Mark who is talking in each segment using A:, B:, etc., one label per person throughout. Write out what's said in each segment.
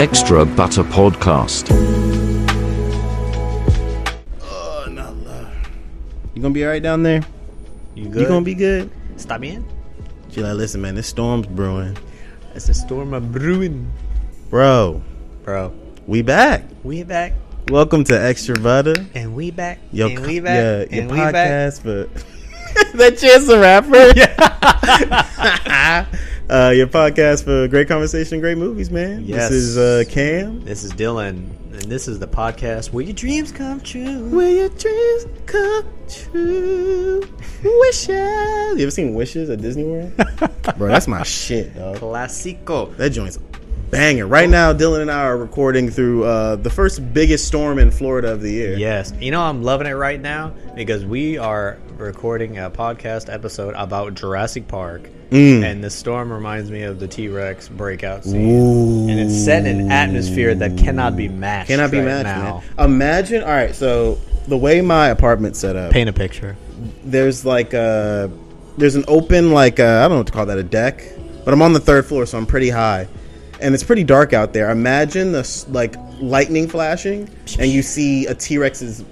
A: Extra Butter Podcast.
B: You gonna be all right down there?
C: You
B: You gonna be good?
C: Stop in.
B: She like, listen, man, this storm's brewing,
C: It's a storm of brewing,
B: bro.
C: bro.
B: We back.
C: We back
B: Welcome to Extra Butter,
C: and we back
B: your
C: and
B: co-
C: we back
B: yeah, your
C: and we back.
B: podcast for that chance a rapper. uh, your podcast for great conversation, great movies, man.
C: Yes.
B: This is uh, Cam.
C: This is Dylan, and this is the podcast where your dreams come true.
B: Will your dreams come true? Wishes. You ever seen Wishes at Disney World? bro, that's my shit, dog.
C: Classico.
B: That joint's banging. Right now, Dylan and I are recording through uh, the first biggest storm in Florida of the year.
C: Yes, you know I'm loving it right now because we are recording a podcast episode about Jurassic Park, and the storm reminds me of the T Rex breakout scene,
B: Ooh.
C: and it's set in an atmosphere that cannot be matched.
B: Cannot be matched,
C: right now.
B: man. Imagine, all right, so the way my apartment's set up,
C: Paint a picture.
B: there's like a, there's an open, like, I I don't know what to call that, a deck, but I'm on the third floor, so I'm pretty high. And it's pretty dark out there. Imagine the, s- like, lightning flashing, and you see a T Rex's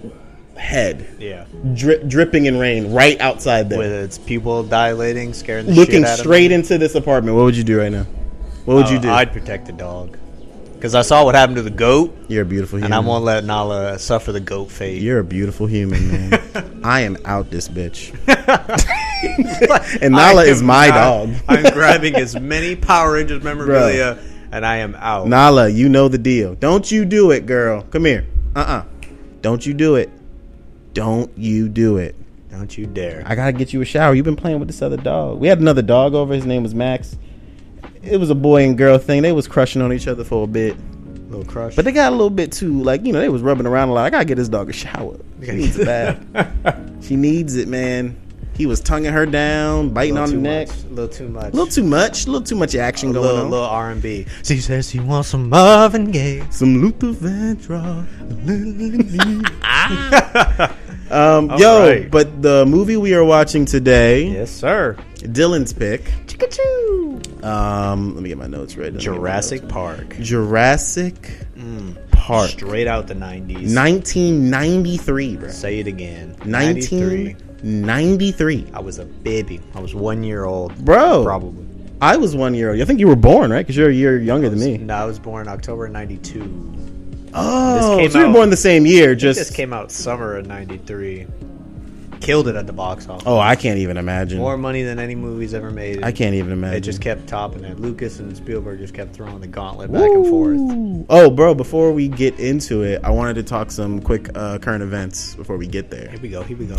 B: head
C: Yeah.
B: dri- dripping in rain right outside there.
C: with its pupil dilating, scaring the
B: looking
C: shit out
B: straight
C: of Uh,
B: into this apartment, what would you do right now? What would you do?
C: I'd protect the dog because I saw what happened to the goat,
B: You're a beautiful human.
C: and I won't let Nala suffer the goat fate.
B: Mm. You're a beautiful human, man. I am out this bitch. and
C: I
B: Nala
C: am
B: is my
C: not-
B: dog.
C: I'm grabbing as many Power Rangers memorabilia, and I am out.
B: Nala, you know the deal. Don't you do it, girl. Come here. Uh uh-uh. uh. do not you do it. Don't you do it.
C: Don't you dare!
B: I gotta get you a shower. You've been playing with this other dog. We had another dog over. His name was Max. It was a boy and girl thing. They was crushing on each other for a bit.
C: little crush.
B: But they got a little bit too, like, you know, they was rubbing around a lot. I gotta get this dog a shower. She needs a bath. she needs it, man. He was tonguing her down, biting on the neck.
C: a little too much.
B: A little too much, a little too much action
C: A
B: going
C: little,
B: on.
C: little R and B. She says she wants some Marvin Gaye.
B: Some Luther Vandross. um, yo,
C: Ah. right.
B: but the movie we are watching today,
C: yes, sir.
B: Dylan's pick. Um, let me get my notes right. Let me get my
C: Jurassic Mm.
B: notes.
C: Park,
B: Jurassic Park.
C: straight out the nineties.
B: 1993, bro.
C: Say it again. 93.
B: 1993.
C: I was a baby. I was one year old,
B: Bro.
C: Probably.
B: I was one year old. I think you were born, right? Because you're a year younger than me.
C: No, I was born October '92.
B: Oh,
C: came
B: so you were
C: out-
B: born the same year. Just,
C: This came out summer of '93. Killed it at the box office.
B: oh, I can't even imagine.
C: More money than any movies ever made.
B: I can't even imagine.
C: It just kept topping it. Lucas and Spielberg just kept throwing the gauntlet back and forth.
B: Ooh. Oh, bro! Before we get into it, I wanted to talk some quick uh, current events before we get there.
C: Here we go. Here we go.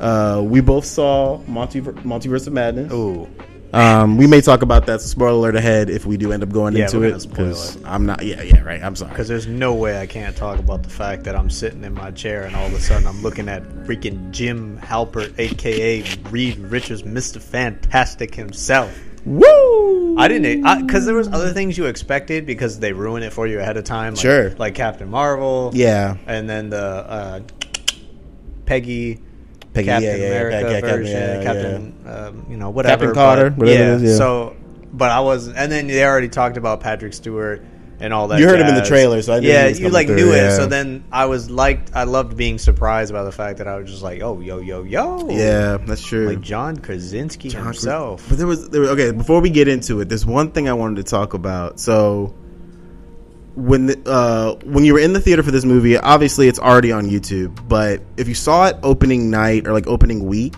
B: Uh, we both saw Multiver- Multiverse of Madness.
C: Ooh,
B: Um, we may talk about that. So spoiler alert ahead if we do end up going
C: Yeah,
B: into
C: we're
B: it.
C: gonna spoil
B: 'cause
C: it.
B: I'm not. Yeah, yeah, right. I'm sorry.
C: because there's no way I can't talk about the fact that I'm sitting in my chair and all of a sudden I'm looking at freaking Jim Halpert, aka Reed Richards, Mr. Fantastic himself.
B: Woo!
C: I didn't because there was other things you expected because they ruin it for you ahead of time. Like,
B: Sure.
C: like Captain Marvel.
B: Yeah.
C: and then the uh, Peggy,
B: Peggy,
C: Captain
B: yeah, yeah, yeah,
C: America
B: Cap- Cap- Cap-
C: version,
B: yeah,
C: Captain, Um, you know, whatever,
B: Captain Carter,
C: but-
B: whatever it is, yeah.
C: So, but I was, and then they already talked about Patrick Stewart and all that.
B: You heard him in the
C: jazz.
B: trailer, so I knew he
C: yeah,
B: was
C: you
B: coming
C: like
B: through,
C: knew
B: yeah.
C: it. So then I was like, I loved being surprised by the fact that I was just like, oh, yo, yo, yo,
B: Yeah, that's true.
C: like John Krasinski
B: John Cre-
C: himself.
B: But there was, there was okay. Before we get into it, there's one thing I wanted to talk about. So when the, uh, when you were in the theater for this movie, obviously it's already on YouTube. But if you saw it opening night or like opening week,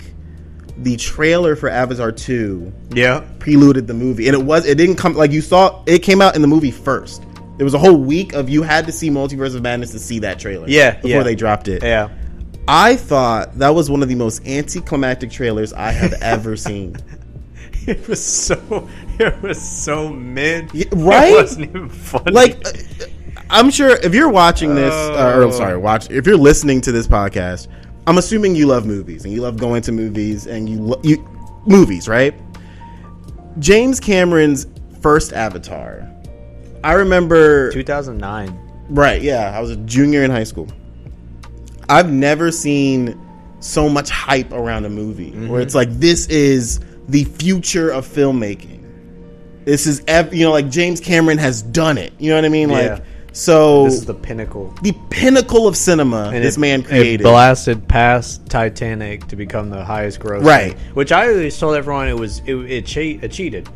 B: the trailer for Avatar two
C: yeah,
B: preluded the movie, and it was it didn't come like you saw it came out in the movie first. There was a whole week of you had to see Multiverse of Madness to see that trailer.
C: Yeah,
B: before
C: yeah.
B: they dropped it.
C: yeah.
B: I thought that was one of the most anticlimactic trailers I have ever seen.
C: It was so it was so mid.
B: Yeah, right?
C: It wasn't even funny.
B: like uh, i'm sure if you're watching this uh, or i'm
C: Oh.
B: sorry watch if you're listening to this podcast i'm assuming you love movies and you love going to movies and you lo- you movies right james cameron's first avatar i remember
C: 2009.
B: right yeah i was a junior in high school I've never seen so much hype around a movie where it's
C: Mm-hmm.
B: like this is the future of filmmaking. This is ev- you know like James Cameron has done it. You know what I mean? Like
C: Yeah.
B: so
C: This is the pinnacle.
B: the pinnacle of cinema
C: And
B: this
C: it-
B: man
C: it
B: created.
C: blasted past Titanic to become the highest grossing.
B: Right.
C: Which I always told everyone it was it, it, che- it cheated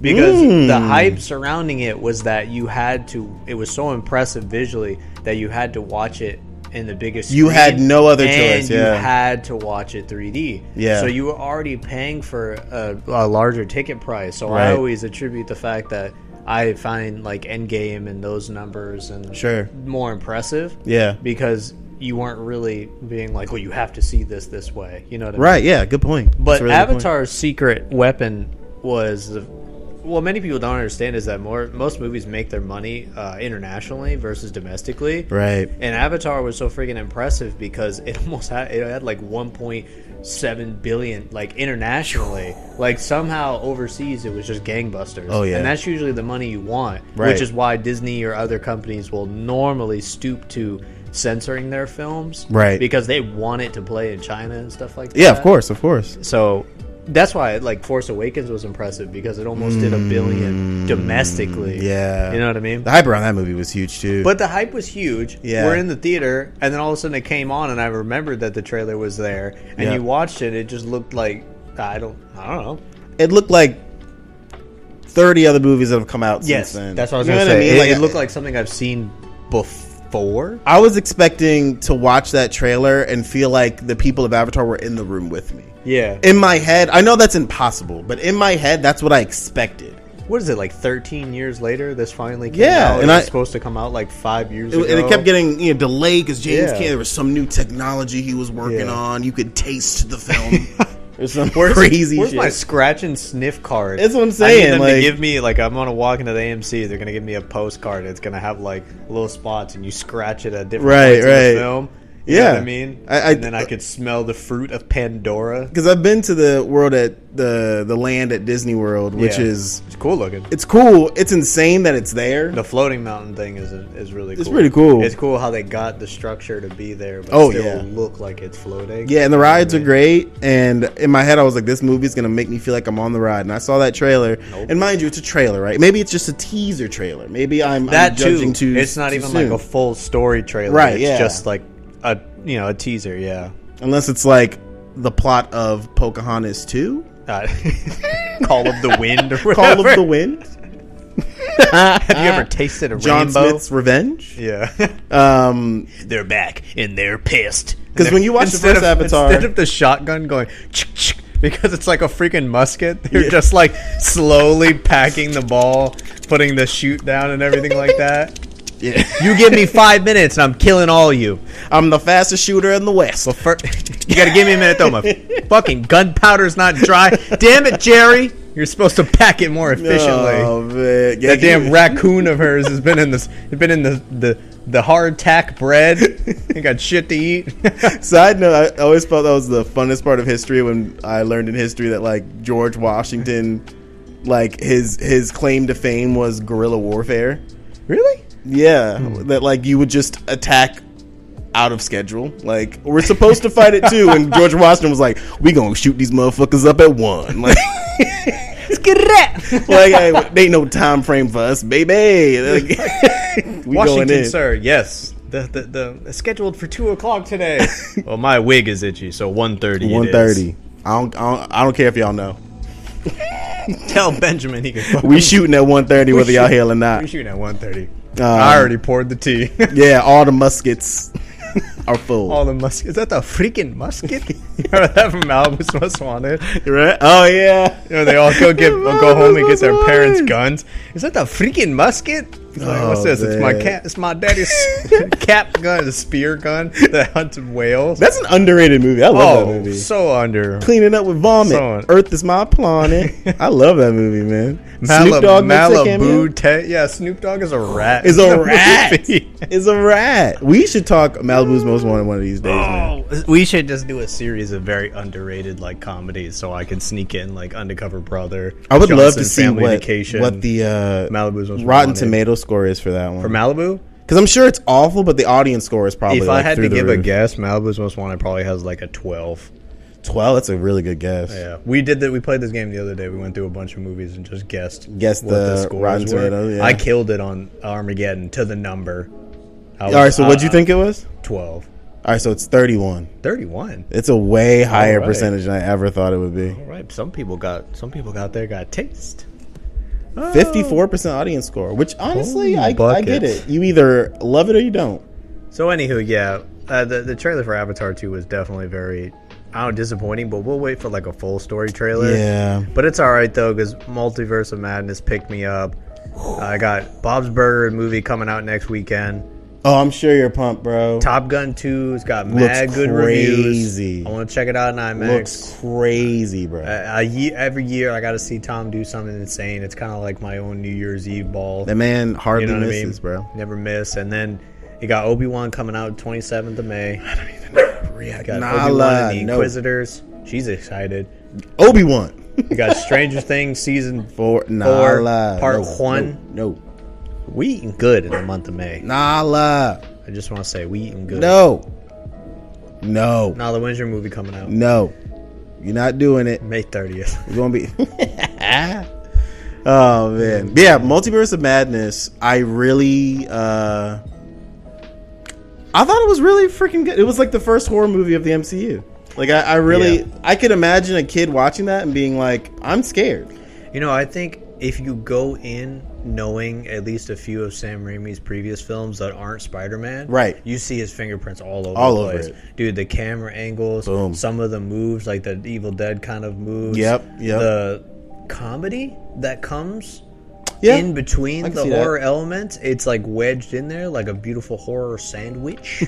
C: because
B: Mm.
C: the hype surrounding it was that you had to. It was so impressive visually that you had to watch it in the biggest.
B: You
C: screen,
B: had no other
C: and
B: choice,
C: You
B: yeah.
C: had to watch it 3D.
B: Yeah.
C: So you were already paying for a, a larger ticket price. So
B: Right.
C: I always attribute the fact that. I find like Endgame and those numbers and
B: Sure.
C: more impressive
B: yeah.
C: because you weren't really being like, well, you have to see this this way. You know what I mean?
B: Right, yeah, good point. That's
C: But
B: a really good point.
C: Avatar's secret weapon was the. Well, many people don't understand is that more most movies make their money uh, internationally versus domestically.
B: Right.
C: And Avatar was so freaking impressive because it almost had it had like 1.7 billion like internationally. Like somehow overseas it was just gangbusters.
B: Oh, yeah.
C: And that's usually the money you want,
B: Right.
C: which is why Disney or other companies will normally stoop to censoring their films,
B: Right.
C: Because they want it to play in China and stuff like that.
B: Yeah, of course, of course.
C: So that's why like Force Awakens was impressive because it almost did a billion domestically.
B: Mm, Yeah.
C: You know what I mean?
B: The hype around that movie was huge too.
C: But the hype was huge.
B: Yeah.
C: We're in the theater, and then all of a sudden it came on, and I remembered that the trailer was there, and
B: Yeah.
C: you watched it. It just looked like I don't, I don't know.
B: it looked like thirty other movies that have come out since then.
C: that's what I was
B: You know
C: gonna
B: I
C: say.
B: mean?
C: it, it looked like something I've seen before.
B: I was expecting to watch that trailer and feel like the people of Avatar were in the room with me.
C: Yeah.
B: In my head, I know that's impossible, but in my head, that's what I expected.
C: what is it like? Thirteen years later, this finally came
B: Yeah,
C: out.
B: and
C: it
B: I-
C: was supposed to come out like five years
B: It,
C: ago,
B: and it kept getting you know delayed because James
C: Yeah.
B: Cameron there was some new technology he was working
C: Yeah.
B: on. You could taste the film. or some
C: Where's-
B: crazy
C: Where's
B: shit.
C: my scratch and sniff card?
B: That's what I'm
C: I
B: saying,
C: need them
B: like-
C: to give me like I'm gonna walk into the AMC. They're gonna give me a postcard. It's gonna have like little spots, and you scratch it at different
B: Right,
C: points in
B: right.
C: the film. You
B: Yeah.
C: know what I mean,
B: I- I-
C: and then I could smell the fruit of Pandora.
B: because I've been to the world at the the land at Disney World, which
C: Yeah.
B: is
C: It's cool looking.
B: it's cool. It's insane that it's there.
C: The floating mountain thing is is really. cool.
B: It's pretty cool.
C: It's cool how they got the structure to be there, but
B: Oh,
C: still
B: yeah.
C: look like it's floating.
B: Yeah, and the
C: You know what I
B: rides are
C: mean?
B: great. And in my head, I was like, this movie's gonna make me feel like I'm on the ride. And I saw that trailer. And mind you, it's a trailer, right? Maybe it's just a teaser trailer. Maybe I'm
C: That
B: I'm
C: too.
B: judging too.
C: It's not
B: too
C: even
B: soon.
C: like a full story trailer.
B: Right,
C: It's
B: yeah.
C: just like a you know a teaser. Yeah.
B: unless it's like the plot of Pocahontas two,
C: Uh, Call of the Wind or
B: Call of the
C: Wind.
B: Wind,
C: Have you ever tasted a
B: John
C: rainbow?
B: Smith's Revenge.
C: Yeah.
B: Um,
C: they're back and they're pissed.
B: 'Cause
C: And
B: when you watch the
C: instead
B: first
C: of-
B: Avatar-
C: Instead of the shotgun going chick, chick, because it's like a freaking musket, they're just like slowly packing the ball, putting the shoot down and everything like that.
B: yeah.
C: You give me five minutes and I'm killing all you.
B: I'm the fastest shooter in the West.
C: But first, you gotta give me a minute though. My fucking gunpowder's not dry. Damn it, Jerry! You're supposed to pack it more efficiently.
B: Oh man, yeah,
C: That damn
B: you-
C: raccoon of hers has been in this has been in the the, the hard tack bread. Ain't got shit to eat.
B: Side note: I always felt that was the funnest part of history when I learned in history that like George Washington, like his his claim to fame was guerrilla warfare.
C: really?
B: Yeah, that like you would just attack out of schedule. Like we're supposed to fight at two, and George Washington was like, "We gonna shoot these motherfuckers up at one." Like, like hey, they ain't no time frame for us, baby. Like, we going
C: Washington,
B: in.
C: sir. Yes. The, the, the it's scheduled for two o'clock today. well, my wig is itchy, so one thirty.
B: One thirty. I don't, I don't. I don't care if y'all know.
C: Tell Benjamin he can. Fuck
B: We shooting at one thirty, whether y'all here or not.
C: We shooting at one thirty.
B: Uh,
C: I already poured the tea.
B: Yeah, all the muskets are full.
C: All the musket. Is that the freaking musket? you remember that from Malibu's Most Wanted?
B: right? Oh yeah.
C: You know, they all go get go home and get their parents' guns. Is that the freaking musket? He's like, what's
B: Oh,
C: this? It's my
B: man.
C: cat. It's my daddy's cap gun, the spear gun that hunts whales.
B: That's an underrated movie. I love that
C: oh,
B: movie.
C: so under.
B: Cleaning up with vomit.
C: Son.
B: Earth is my planet. I love that movie, man.
C: Malib-
B: makes a cameo.
C: Malibu, te- yeah, Snoop Dogg is a rat.
B: is
C: in the
B: a rat.
C: movie.
B: is a rat. We should talk Malibu's Most Wanted one of these days, man.
C: Oh, we should just do a series of very underrated like comedies, so I can sneak in like Undercover Brother.
B: I would love
C: Johnson,
B: to see
C: Family
B: what
C: Vacation,
B: what the uh,
C: Malibu's Most
B: Rotten
C: Wanted.
B: Tomato score is for that one.
C: for Malibu.
B: Because I'm sure it's awful, but the audience score is probably.
C: If I
B: like,
C: had
B: through
C: to
B: the
C: give a
B: roof.
C: guess, Malibu's Most Wanted probably has like a twelve.
B: twelve, that's a really good guess.
C: Yeah, we did that. We played this game the other day. We went through a bunch of movies and just guessed
B: Guessed the Rotten
C: were.
B: Tomatoes, yeah.
C: I killed it on Armageddon to the number. I was- uh,
B: All right, so what'd
C: I-
B: you think it was?
C: I- 12.
B: All right, so it's 31.
C: 31.
B: It's a way higher
C: right.
B: percentage than I ever thought it would be.
C: All right, some people got some people out there got taste.
B: Fifty-four percent audience score, which honestly, I, I get
C: buckets.
B: it. You either love it or you don't.
C: So anywho, yeah, uh, the the trailer for Avatar 2 was definitely very I don't know, disappointing, but we'll wait for like a full story trailer.
B: Yeah.
C: But it's all right though, because Multiverse of Madness picked me up. I got Bob's Burger movie coming out next weekend.
B: Oh, I'm sure you're pumped, bro.
C: Top Gun 2's got mad good
B: crazy.
C: reviews. I want to check it out in IMAX.
B: Looks crazy, bro.
C: Uh, a ye- every year, I got to see Tom do something insane. It's kind of like my own New Year's Eve ball.
B: that man hardly
C: You know what
B: misses,
C: I mean?
B: bro.
C: Never miss. And then you got Obi Wan coming out 27th of May. You got
B: Nah,
C: Obi Wan and the
B: no.
C: Inquisitors. She's excited.
B: Obi Wan.
C: You got Stranger Things season four.
B: For Nala.
C: Or part
B: No,
C: one.
B: No, no.
C: We eating good in the month of May.
B: Nala.
C: I just want to say we eating good.
B: No. No.
C: Now the Windsor movie coming out
B: No. You're not doing it.
C: May 30th.
B: It's gonna be. oh man, yeah. Multiverse of Madness. I really, uh I thought it was really freaking good. It was like the first horror movie of the MCU. Like I, I really,
C: Yeah.
B: I could imagine a kid watching that and being like, "I'm scared."
C: You know, I think if you go in knowing at least a few of Sam Raimi's previous films that aren't Spider-Man,
B: Right.
C: You see his fingerprints all over
B: All
C: the
B: over
C: place,
B: it.
C: dude. The camera angles,
B: Boom.
C: some of the moves, like the Evil Dead kind of moves.
B: Yep, yep.
C: The comedy that comes
B: Yeah,
C: in
B: I
C: between
B: can
C: the
B: see that.
C: horror elements, it's like wedged in there like a beautiful horror sandwich.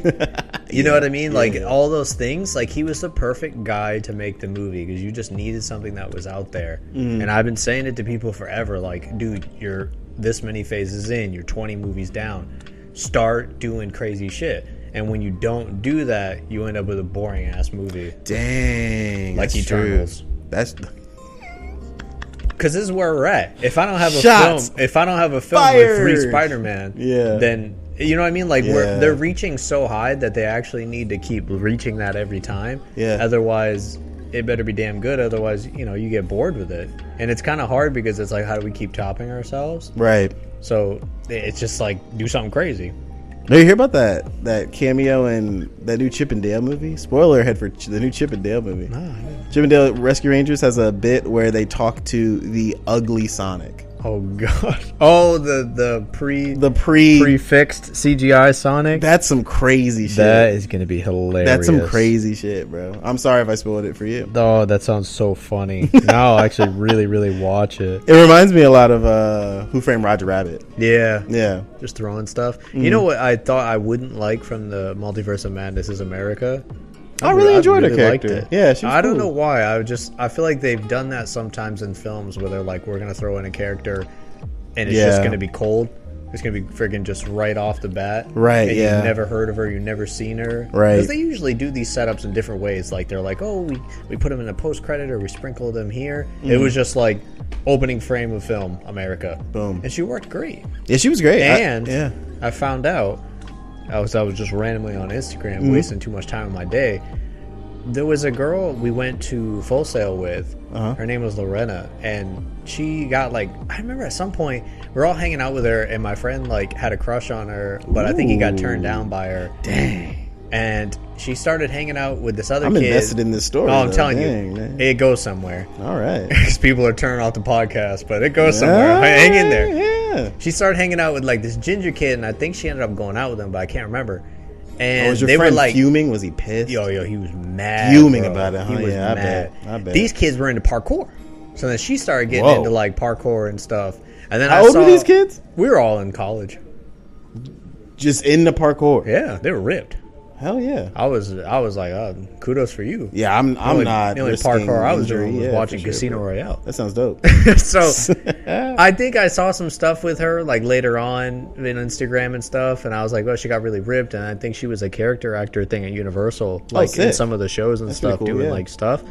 C: you know what I mean? Like all those things. Like he was the perfect guy to make the movie because you just needed something that was out there.
B: Mm.
C: And I've been saying it to people forever. Like, dude, you're this many phases in. You're 20 movies down. Start doing crazy shit. And when you don't do that, you end up with a boring ass movie.
B: dang.
C: Like
B: that's true.
C: Eternals.
B: That's
C: Because this is where we're at. If I don't have a
B: Shots
C: film, if I don't have a film with three
B: fired.
C: Spider Man,
B: Yeah.
C: then you know what I mean. Like
B: Yeah.
C: we're, they're reaching so high that they actually need to keep reaching that every time.
B: Yeah.
C: Otherwise, it better be damn good. Otherwise, you know, you get bored with it, and it's kind of hard because it's like, how do we keep topping ourselves?
B: right.
C: So it's just like do something crazy.
B: Now you hear about that that cameo in that new Chip and Dale movie? Spoiler ahead for Ch- the new Chip and Dale movie. Chip and Dale Rescue Rangers has a bit where they talk to the ugly Sonic,
C: Oh god. Oh, the the pre
B: the pre.
C: prefixed CGI Sonic.
B: that's some crazy shit.
C: that is going to be hilarious.
B: that's some crazy shit, bro. I'm sorry if I spoiled it for you.
C: Oh, that sounds so funny. now I'll actually really, really watch it.
B: It reminds me a lot of uh, Who Framed Roger Rabbit.
C: Yeah.
B: Yeah,
C: Just throwing stuff. You know what I thought I wouldn't like from the Multiverse of Madness is America?
B: I really
C: re-
B: enjoyed her
C: liked
B: character. Yeah, she was
C: I don't
B: cool.
C: know why. I would just I feel like they've done that sometimes in films where they're like, we're gonna throw in a character, and it's just
B: Yeah.
C: gonna be cold. It's gonna be friggin' just right off the bat.
B: Right,
C: And
B: yeah.
C: You've never heard of her. You've never seen her.
B: Right.
C: Because they usually do these setups in different ways. Like they're like, oh, we we put them in a post credit or we sprinkle them here.
B: Mm-hmm.
C: It was just like opening frame of film America.
B: Boom.
C: And she worked great.
B: yeah, she was great. I-
C: And I,
B: yeah,
C: found out I was I was just randomly on Instagram
B: Mm-hmm.
C: wasting too much time of my day. There was a girl we went to Full Sail with.
B: Uh-huh.
C: Her name was Lorena, and she got like I remember at some point we are all hanging out with her, and my friend like had a crush on her, but I think he got turned down by her. Dang. And she started hanging out with this other
B: I'm
C: kid.
B: invested in this story.
C: Oh, I'm
B: though.
C: telling
B: Dang,
C: you,
B: man.
C: it goes somewhere.
B: All right,
C: Because people are turning off the podcast, but it goes somewhere. Hang in there
B: Yeah.
C: she started hanging out with like this ginger kid, and I think she ended up going out with him, but I can't remember. And
B: Oh, was your
C: they were
B: friend
C: like,
B: fuming? Was he pissed?
C: "Yo, yo, he was mad,
B: Fuming
C: bro.
B: about it, huh?
C: He was
B: Yeah, I
C: mad.
B: bet. I bet.
C: These kids were into parkour, so then she started getting
B: Whoa.
C: into like parkour and stuff. And then
B: How
C: I
B: old
C: saw,
B: were these kids?
C: We were all in college.
B: Just in the parkour.
C: Yeah, they were ripped.
B: Hell yeah.
C: I was, I was like, oh, kudos for you.
B: Yeah, I'm. I'm
C: The only,
B: not.
C: the only
B: risking
C: parkour I was doing
B: injury.
C: was
B: Yeah,
C: watching
B: for sure,
C: Casino
B: bro.
C: Royale.
B: That sounds dope.
C: so I think I saw some stuff with her like later on in Instagram and stuff, and I was like, oh, she got really ripped, and I think she was a character actor thing at Universal, like in
B: Oh, sick.
C: some of the shows and
B: pretty
C: stuff,
B: cool, Mm-hmm.
C: doing
B: yeah.
C: like stuff.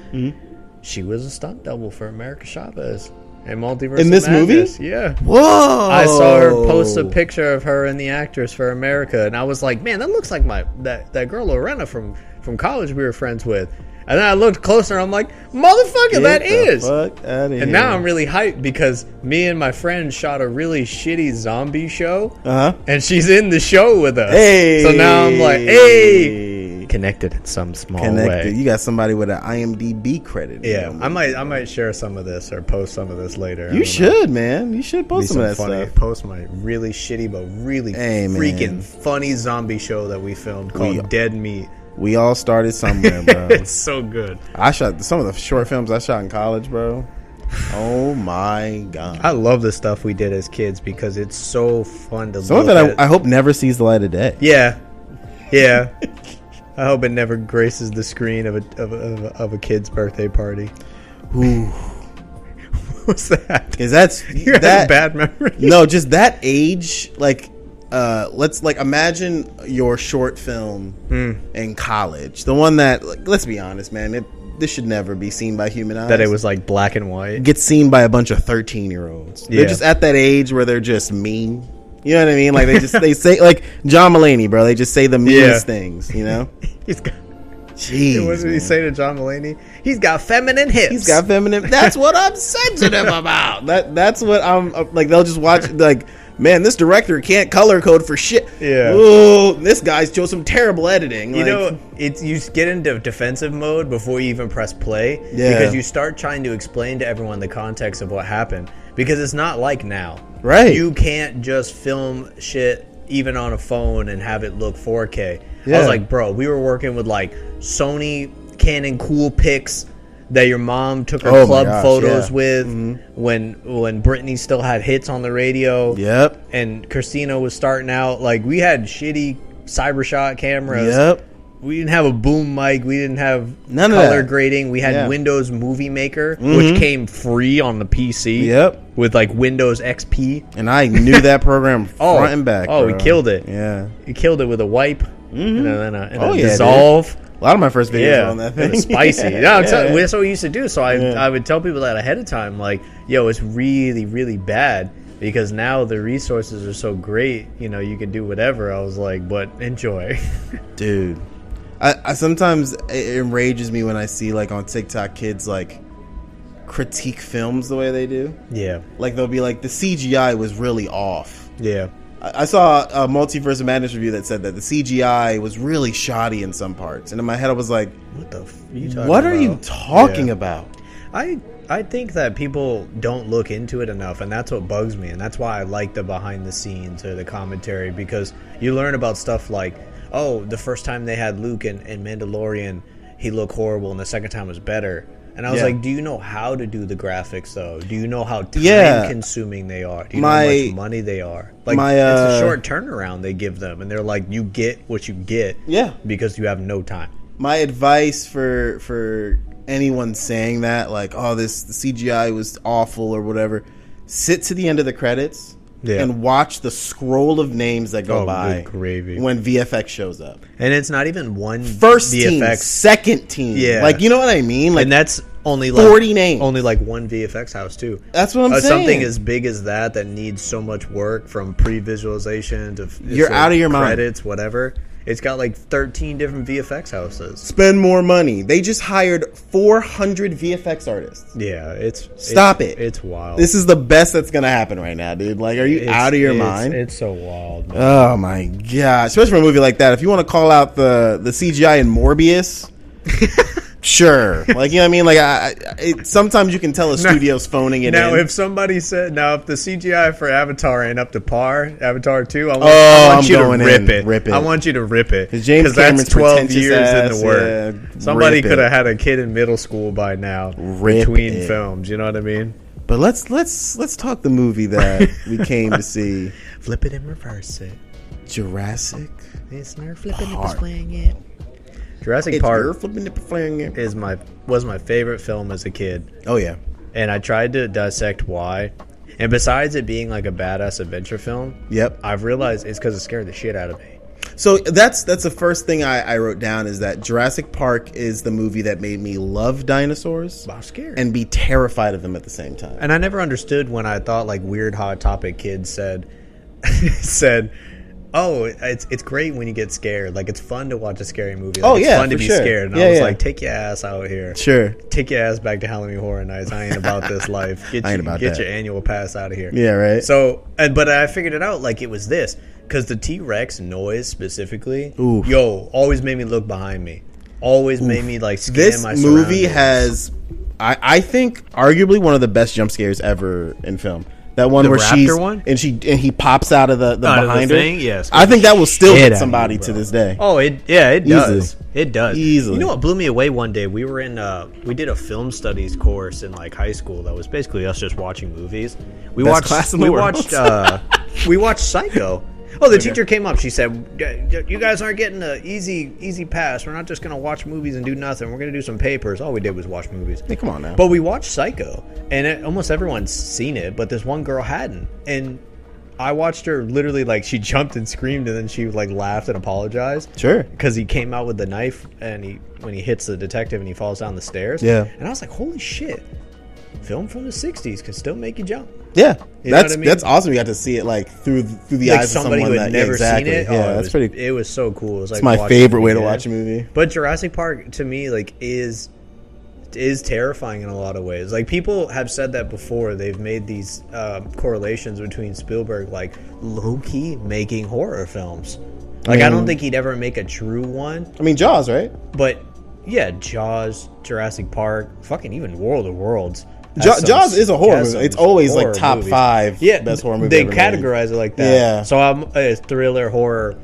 C: She was a stunt double for America Chavez. in Multiverse
B: In
C: of
B: this movie? Oh.
C: Madness. Yeah.
B: Whoa!
C: I saw her post a picture of her and the actress for America, and I was like, "Man, that looks like my that, that girl Lorena from from college we were friends with." And then I looked closer, and I'm like, "Motherfucker, that is!" And now I'm really hyped because me and my friend shot a really shitty zombie show,
B: Uh huh.
C: and she's in the show with us.
B: Hey.
C: So now I'm like, "Hey, connected in some small
B: Connected.
C: way."
B: You got somebody with an IMDb credit.
C: Yeah,
B: You know?
C: I might I might share some of this or post some of this later. I don't
B: You
C: know.
B: should, man. You should
C: Be
B: post some,
C: some
B: of that
C: funny
B: stuff.
C: post my really shitty but really
B: Hey, man.
C: freaking funny zombie show that we filmed called
B: We-
C: Dead Meat.
B: We all started somewhere, bro.
C: It's so good.
B: I shot some of the short films I shot in college, bro. Oh my god!
C: I love the stuff we did as kids because it's so fun to.
B: Some of it
C: look
B: I,
C: at.
B: I hope never sees the light of day.
C: yeah, yeah. I hope it never graces the screen of a of a, of a, of a kid's birthday party. What's that?
B: Is that's
C: You had
B: that
C: a bad memory.
B: no, just that age. Like, uh, let's like imagine your short film
C: Hmm.
B: in college, the one that like, let's be honest, man, it this should never be seen by human eyes.
C: That it was like black and white.
B: gets seen by a bunch of thirteen year olds.
C: Yeah.
B: They're just at that age where they're just mean. You know what I mean? Like they just they say like John Mulaney, bro. They just say the meanest things. You know?
C: He's got.
B: Jeez,
C: What did he
B: man.
C: say to John Mulaney? He's got feminine hips.
B: He's got feminine. That's what I'm sensitive about. That that's what I'm uh, like. They'll just watch like, man, this director can't color code for shit.
C: Yeah.
B: Ooh, this guy's chose some terrible editing.
C: You
B: like-
C: know, it's you s- get into defensive mode before you even press play
B: Yeah.
C: because you start trying to explain to everyone the context of what happened because it's not like now.
B: Right.
C: You can't just film shit even on a phone and have it look 4K. I
B: Yeah.
C: was like, bro, we were working with like Sony Canon Cool Pics that your mom took her
B: Oh my
C: club
B: gosh,
C: photos
B: yeah. Mm-hmm.
C: with when when Britney still had hits on the radio
B: Yep.
C: and Christina was starting out. Like we had shitty CyberShot cameras.
B: Yep.
C: We didn't have a boom mic. We didn't have
B: None of
C: color
B: that.
C: grading. We had
B: Yeah. Mm-hmm.
C: Windows Movie Maker, which came free on the PC.
B: Yep.
C: With like Windows XP,
B: And I knew that program front and back.
C: oh, we
B: bro.
C: killed it.
B: Yeah.
C: you killed it with a wipe and then a, and
B: Oh,
C: a
B: yeah, dude.
C: dissolve.
B: A lot of my first videos were
C: Yeah,
B: on that
C: it
B: thing.
C: was spicy. No, I'm
B: Yeah.
C: telling- that's what we used to do. So I, I would tell people that ahead of time, like, yo, it's really, really bad because now the resources are so great. You know, you can do whatever. I was like, but enjoy.
B: dude I, I sometimes it enrages me when i see like on tiktok kids like critique films the way they do
C: yeah,
B: like they'll be like the cgi was really off
C: yeah,
B: i, I saw a multiverse of madness review that said that the cgi was really shoddy in some parts and in my head i was like
C: What the? F- are you talking
B: what are you
C: about?
B: talking
C: Yeah.
B: about
C: I I think that people don't look into it enough, and that's what bugs me, and that's why I like the behind the scenes or the commentary because you learn about stuff like, oh, the first time they had Luke and, and Mandalorian, he looked horrible, and the second time was better. And I was
B: Yeah.
C: like, do you know how to do the graphics though? Do you know how time
B: Yeah.
C: consuming they are? Do you know how
B: My-
C: much money they are? Like
B: my,
C: it's
B: uh,
C: a short turnaround they give them, and they're like, you get what you get,
B: Yeah.
C: because you have no time.
B: my advice for for anyone saying that like oh this the cgi was awful or whatever sit to the end of the credits
C: Yeah.
B: and watch the scroll of names that go
C: Oh,
B: by
C: good gravy.
B: when vfx shows up
C: And it's not even one
B: first team
C: VFX
B: second team
C: Yeah.
B: like you know what i mean like
C: and that's only like
B: 40 names.
C: Only like one VFX house too.
B: That's what I'm
C: Uh,
B: saying.
C: Something as big as that that needs so much work from pre-visualization to f-
B: You're
C: to
B: out of your mind.
C: Credits, whatever. It's got like 13 different VFX houses.
B: spend more money they just hired 400 vfx artists
C: Yeah, it's it's-
B: Stop it.
C: It's wild.
B: this is the best that's gonna happen right now dude like are you
C: Oh. It's-
B: out of your
C: it's-
B: mind
C: It's so wild. man.
B: Oh my god! Especially for a movie like that, if you want to call out the the CGI in Morbius, sure. Like you know what I mean? Like I, I it, sometimes you can tell a studio's phoning it
C: Now,
B: in.
C: if somebody said, now if the CGI for Avatar ain't up to par, Avatar two, I want,
B: Oh,
C: I want
B: I'm
C: you
B: going
C: to rip
B: in.
C: it.
B: Rip it.
C: I want you to rip it
B: 'Cause James
C: that's
B: Cameron's
C: twelve
B: pretentious
C: years in
B: ass,
C: the work.
B: yeah,
C: somebody
B: rip it.
C: could have had a kid in middle school by now
B: Rip
C: between
B: it.
C: films. You know what I mean?
B: but let's let's let's talk the movie that we came to see,
C: Flip it and reverse it.
B: Jurassic.
C: It's not flipping
B: it, it's
C: playing it. Jurassic
B: It's your
C: Park
B: flipping it, flaring it.
C: is my was my favorite film as a kid.
B: Oh yeah,
C: and I tried to dissect why. And besides it being like a badass adventure film,
B: Yep.
C: I've realized it's because it scared the shit out of me.
B: So that's that's the first thing I, I wrote down is that Jurassic Park is the movie that made me love dinosaurs
C: I'm scared.
B: and be terrified of them at the same time.
C: And I never understood when I thought like weird hot topic kids said said, "Oh, it's it's great when you get scared. Like it's fun to watch a scary movie. Like,
B: Oh,
C: it's
B: yeah,
C: fun to
B: for
C: be
B: sure.
C: scared." And
B: Yeah,
C: I was
B: yeah.
C: like, "Take your ass out here.
B: Sure.
C: Take your ass back to Halloween Horror Nights. I ain't about this life. Get
B: I ain't
C: your-
B: about
C: get
B: that."
C: your annual pass out of here."
B: Yeah, right.
C: So, and but I figured it out like it was this because the T Rex noise specifically,
B: Oof.
C: yo, always made me look behind me. Always made me like scan
B: this
C: my
B: movie
C: surroundings.
B: has I, I think arguably one of the best jump scares ever in film. That one
C: The
B: where
C: raptor
B: she's
C: one?
B: and she and he pops out of the, the
C: Out of the
B: behind her.
C: thing? Yeah,
B: I think that will still
C: shit out
B: hit
C: of
B: somebody
C: you,
B: to
C: bro.
B: this day.
C: Oh, it yeah, it does.
B: Easily.
C: It does.
B: Easily.
C: You know what blew me away one day? We were in uh we did a film studies course in like high school that was basically us just watching movies. We
B: Best
C: watched
B: class in
C: we
B: the world.
C: watched uh we watched Psycho. Oh, the teacher came up. She said, "Y- y- "You guys aren't getting a easy easy pass. We're not just going to watch movies and do nothing. We're going to do some papers." All we did was watch movies.
B: Hey, come on now.
C: But we watched Psycho, and it, almost everyone's seen it, but this one girl hadn't. And I watched her literally like she jumped and screamed, and then she like laughed and apologized.
B: Sure.
C: because he came out with the knife, and he when he hits the detective and he falls down the stairs.
B: Yeah.
C: and I was like, holy shit, film from the '60s can still make you jump.
B: Yeah,
C: You know
B: that's
C: what I mean?
B: that's awesome. You got to see it like through through the
C: Like
B: eyes
C: somebody
B: of
C: who
B: someone
C: had
B: that
C: never
B: yeah, exactly.
C: seen it.
B: Yeah,
C: oh, it
B: that's
C: was,
B: pretty.
C: It was so cool. It was like
B: my
C: watching
B: favorite
C: it
B: way to
C: again.
B: watch a movie.
C: But Jurassic Park to me, like, is is terrifying in a lot of ways. Like people have said that before. They've made these uh, correlations between Spielberg, like Loki, making horror films. Like I don't
B: Mm.
C: think he'd ever make a true one,
B: I mean, Jaws, right?
C: but yeah, Jaws, Jurassic Park, fucking even World of Worlds. has
B: Ja-
C: some-
B: Jaws is a horror
C: has
B: movie.
C: some
B: It's always, like,
C: horror
B: top five
C: Yeah,
B: best horror movie
C: They
B: ever made.
C: categorize it like that.
B: Yeah.
C: So I'm a thriller horror,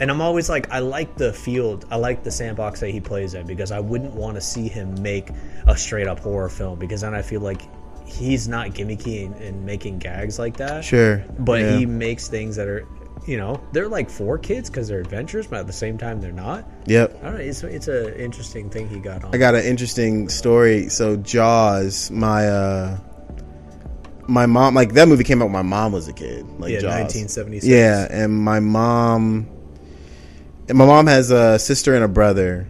C: and I'm always like, I like the field. I like the sandbox that he plays in because I wouldn't want to see him make a straight up horror film because then I feel like he's not gimmicky and, and making gags like that.
B: Sure,
C: But
B: yeah.
C: he makes things that are, you know, they're like for kids because they're adventures, but at the same time they're not.
B: Yep.
C: I don't know. It's it's a interesting thing he got on.
B: I got an interesting story. So Jaws, my uh my mom like that movie came out when my mom was a kid. Like
C: Yeah,
B: Jaws.
C: 1976.
B: Yeah, and my mom and my mom has a sister and a brother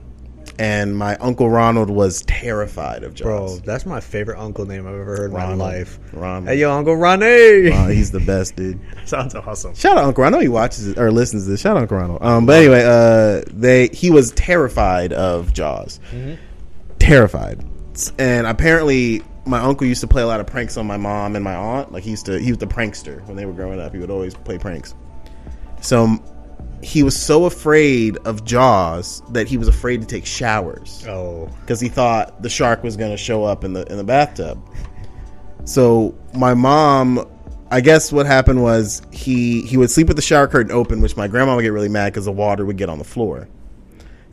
B: and my uncle Ronald was terrified of
C: Bro,
B: Jaws.
C: that's my favorite uncle name I've ever heard in
B: Ronald.
C: my life.
B: Ronald.
C: Hey, yo, Uncle Ronnie.
B: Wow, Uh, he's the best dude.
C: Sounds awesome.
B: Shout out Uncle Ron. I know he watches it or listens to this. Shout out Uncle Ronald. Um, but anyway, uh, they he was terrified of Jaws, terrified, S- and apparently my uncle used to play a lot of pranks on my mom and my aunt. Like he used to, he was the prankster when they were growing up. He would always play pranks. So m- he was so afraid of Jaws that he was afraid to take showers
C: Oh,
B: because he thought the shark was going to show up in the in the bathtub. So my mom, I guess what happened was he he would sleep with the shower curtain open, which my grandma would get really mad because the water would get on the floor,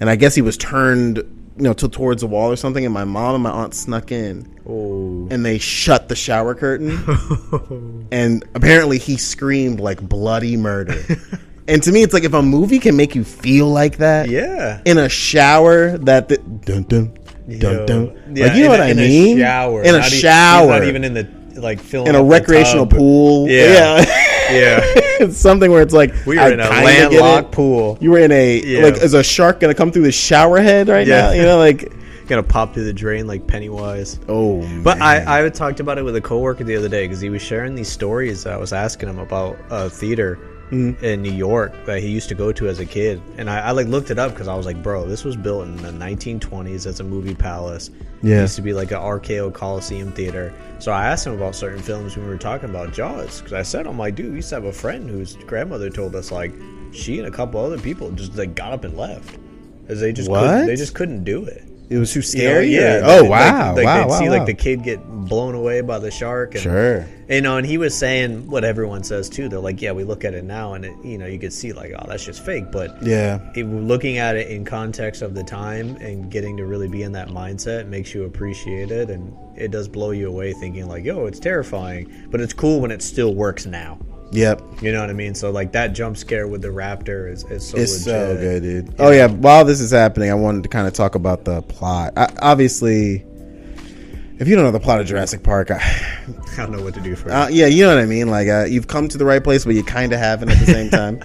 B: and I guess he was turned you know to, towards the wall or something, and my mom and my aunt snuck in
C: oh,
B: and they shut the shower curtain. and apparently he screamed like bloody murder. and to me, it's like if a movie can make you feel like that,
C: yeah.
B: in a shower that the dun dun dun dun. like you know
C: in
B: what
C: a-
B: I
C: in a
B: mean?
C: shower.
B: In a
C: Not e- he's
B: shower.
C: not even in the like filling
B: in a
C: up the
B: recreational
C: tub.
B: pool.
C: Yeah. Yeah.
B: it's something where it's like
C: We were
B: I
C: in a
B: kinda get it.
C: landlocked pool.
B: You were in a
C: Yeah.
B: like is a shark gonna come through the shower head right
C: Yeah.
B: now? You know, like
C: Gonna pop through the drain like Pennywise.
B: oh
C: But I, I talked about it with a coworker the other day because he was sharing these stories. I was asking him about uh, theater
B: Mm.
C: in New York that he used to go to as a kid, and I, I like looked it up because I was like, bro, this was built in the 1920s as a movie palace. It
B: Yeah.
C: used to be like an RKO Coliseum theater. So I asked him about certain films when we were talking about Jaws because I said, I'm like, dude, we used to have a friend whose grandmother told us like she and a couple other people just like got up and left. 'Cause They just couldn't-
B: What?
C: they just couldn't do it.
B: it was too
C: You know,
B: scary.
C: yeah.
B: or- oh
C: like-
B: wow,
C: Like,
B: wow,
C: they'd
B: wow,
C: see
B: wow.
C: like the kid get blown away by the shark. And,
B: Sure.
C: You know, and he was saying what everyone says too. They're like, yeah, we look at it now, and it, you know, you could see like, oh, that's just fake. But
B: yeah.
C: it, looking at it in context of the time and getting to really be in that mindset makes you appreciate it, and it does blow you away thinking like, yo, it's terrifying, but it's cool when it still works now.
B: Yep.
C: You know what I mean? So like that jump scare with the raptor is, is so
B: It's so
C: legit.
B: good, dude. Oh yeah. While this is happening, I wanted to kind of talk about the plot. I, obviously, if you don't know the plot of Jurassic Park, I,
C: I don't know what to do for it.
B: uh, yeah, you know what I mean. Like uh, you've come to the right place, but you kind of haven't at the same time.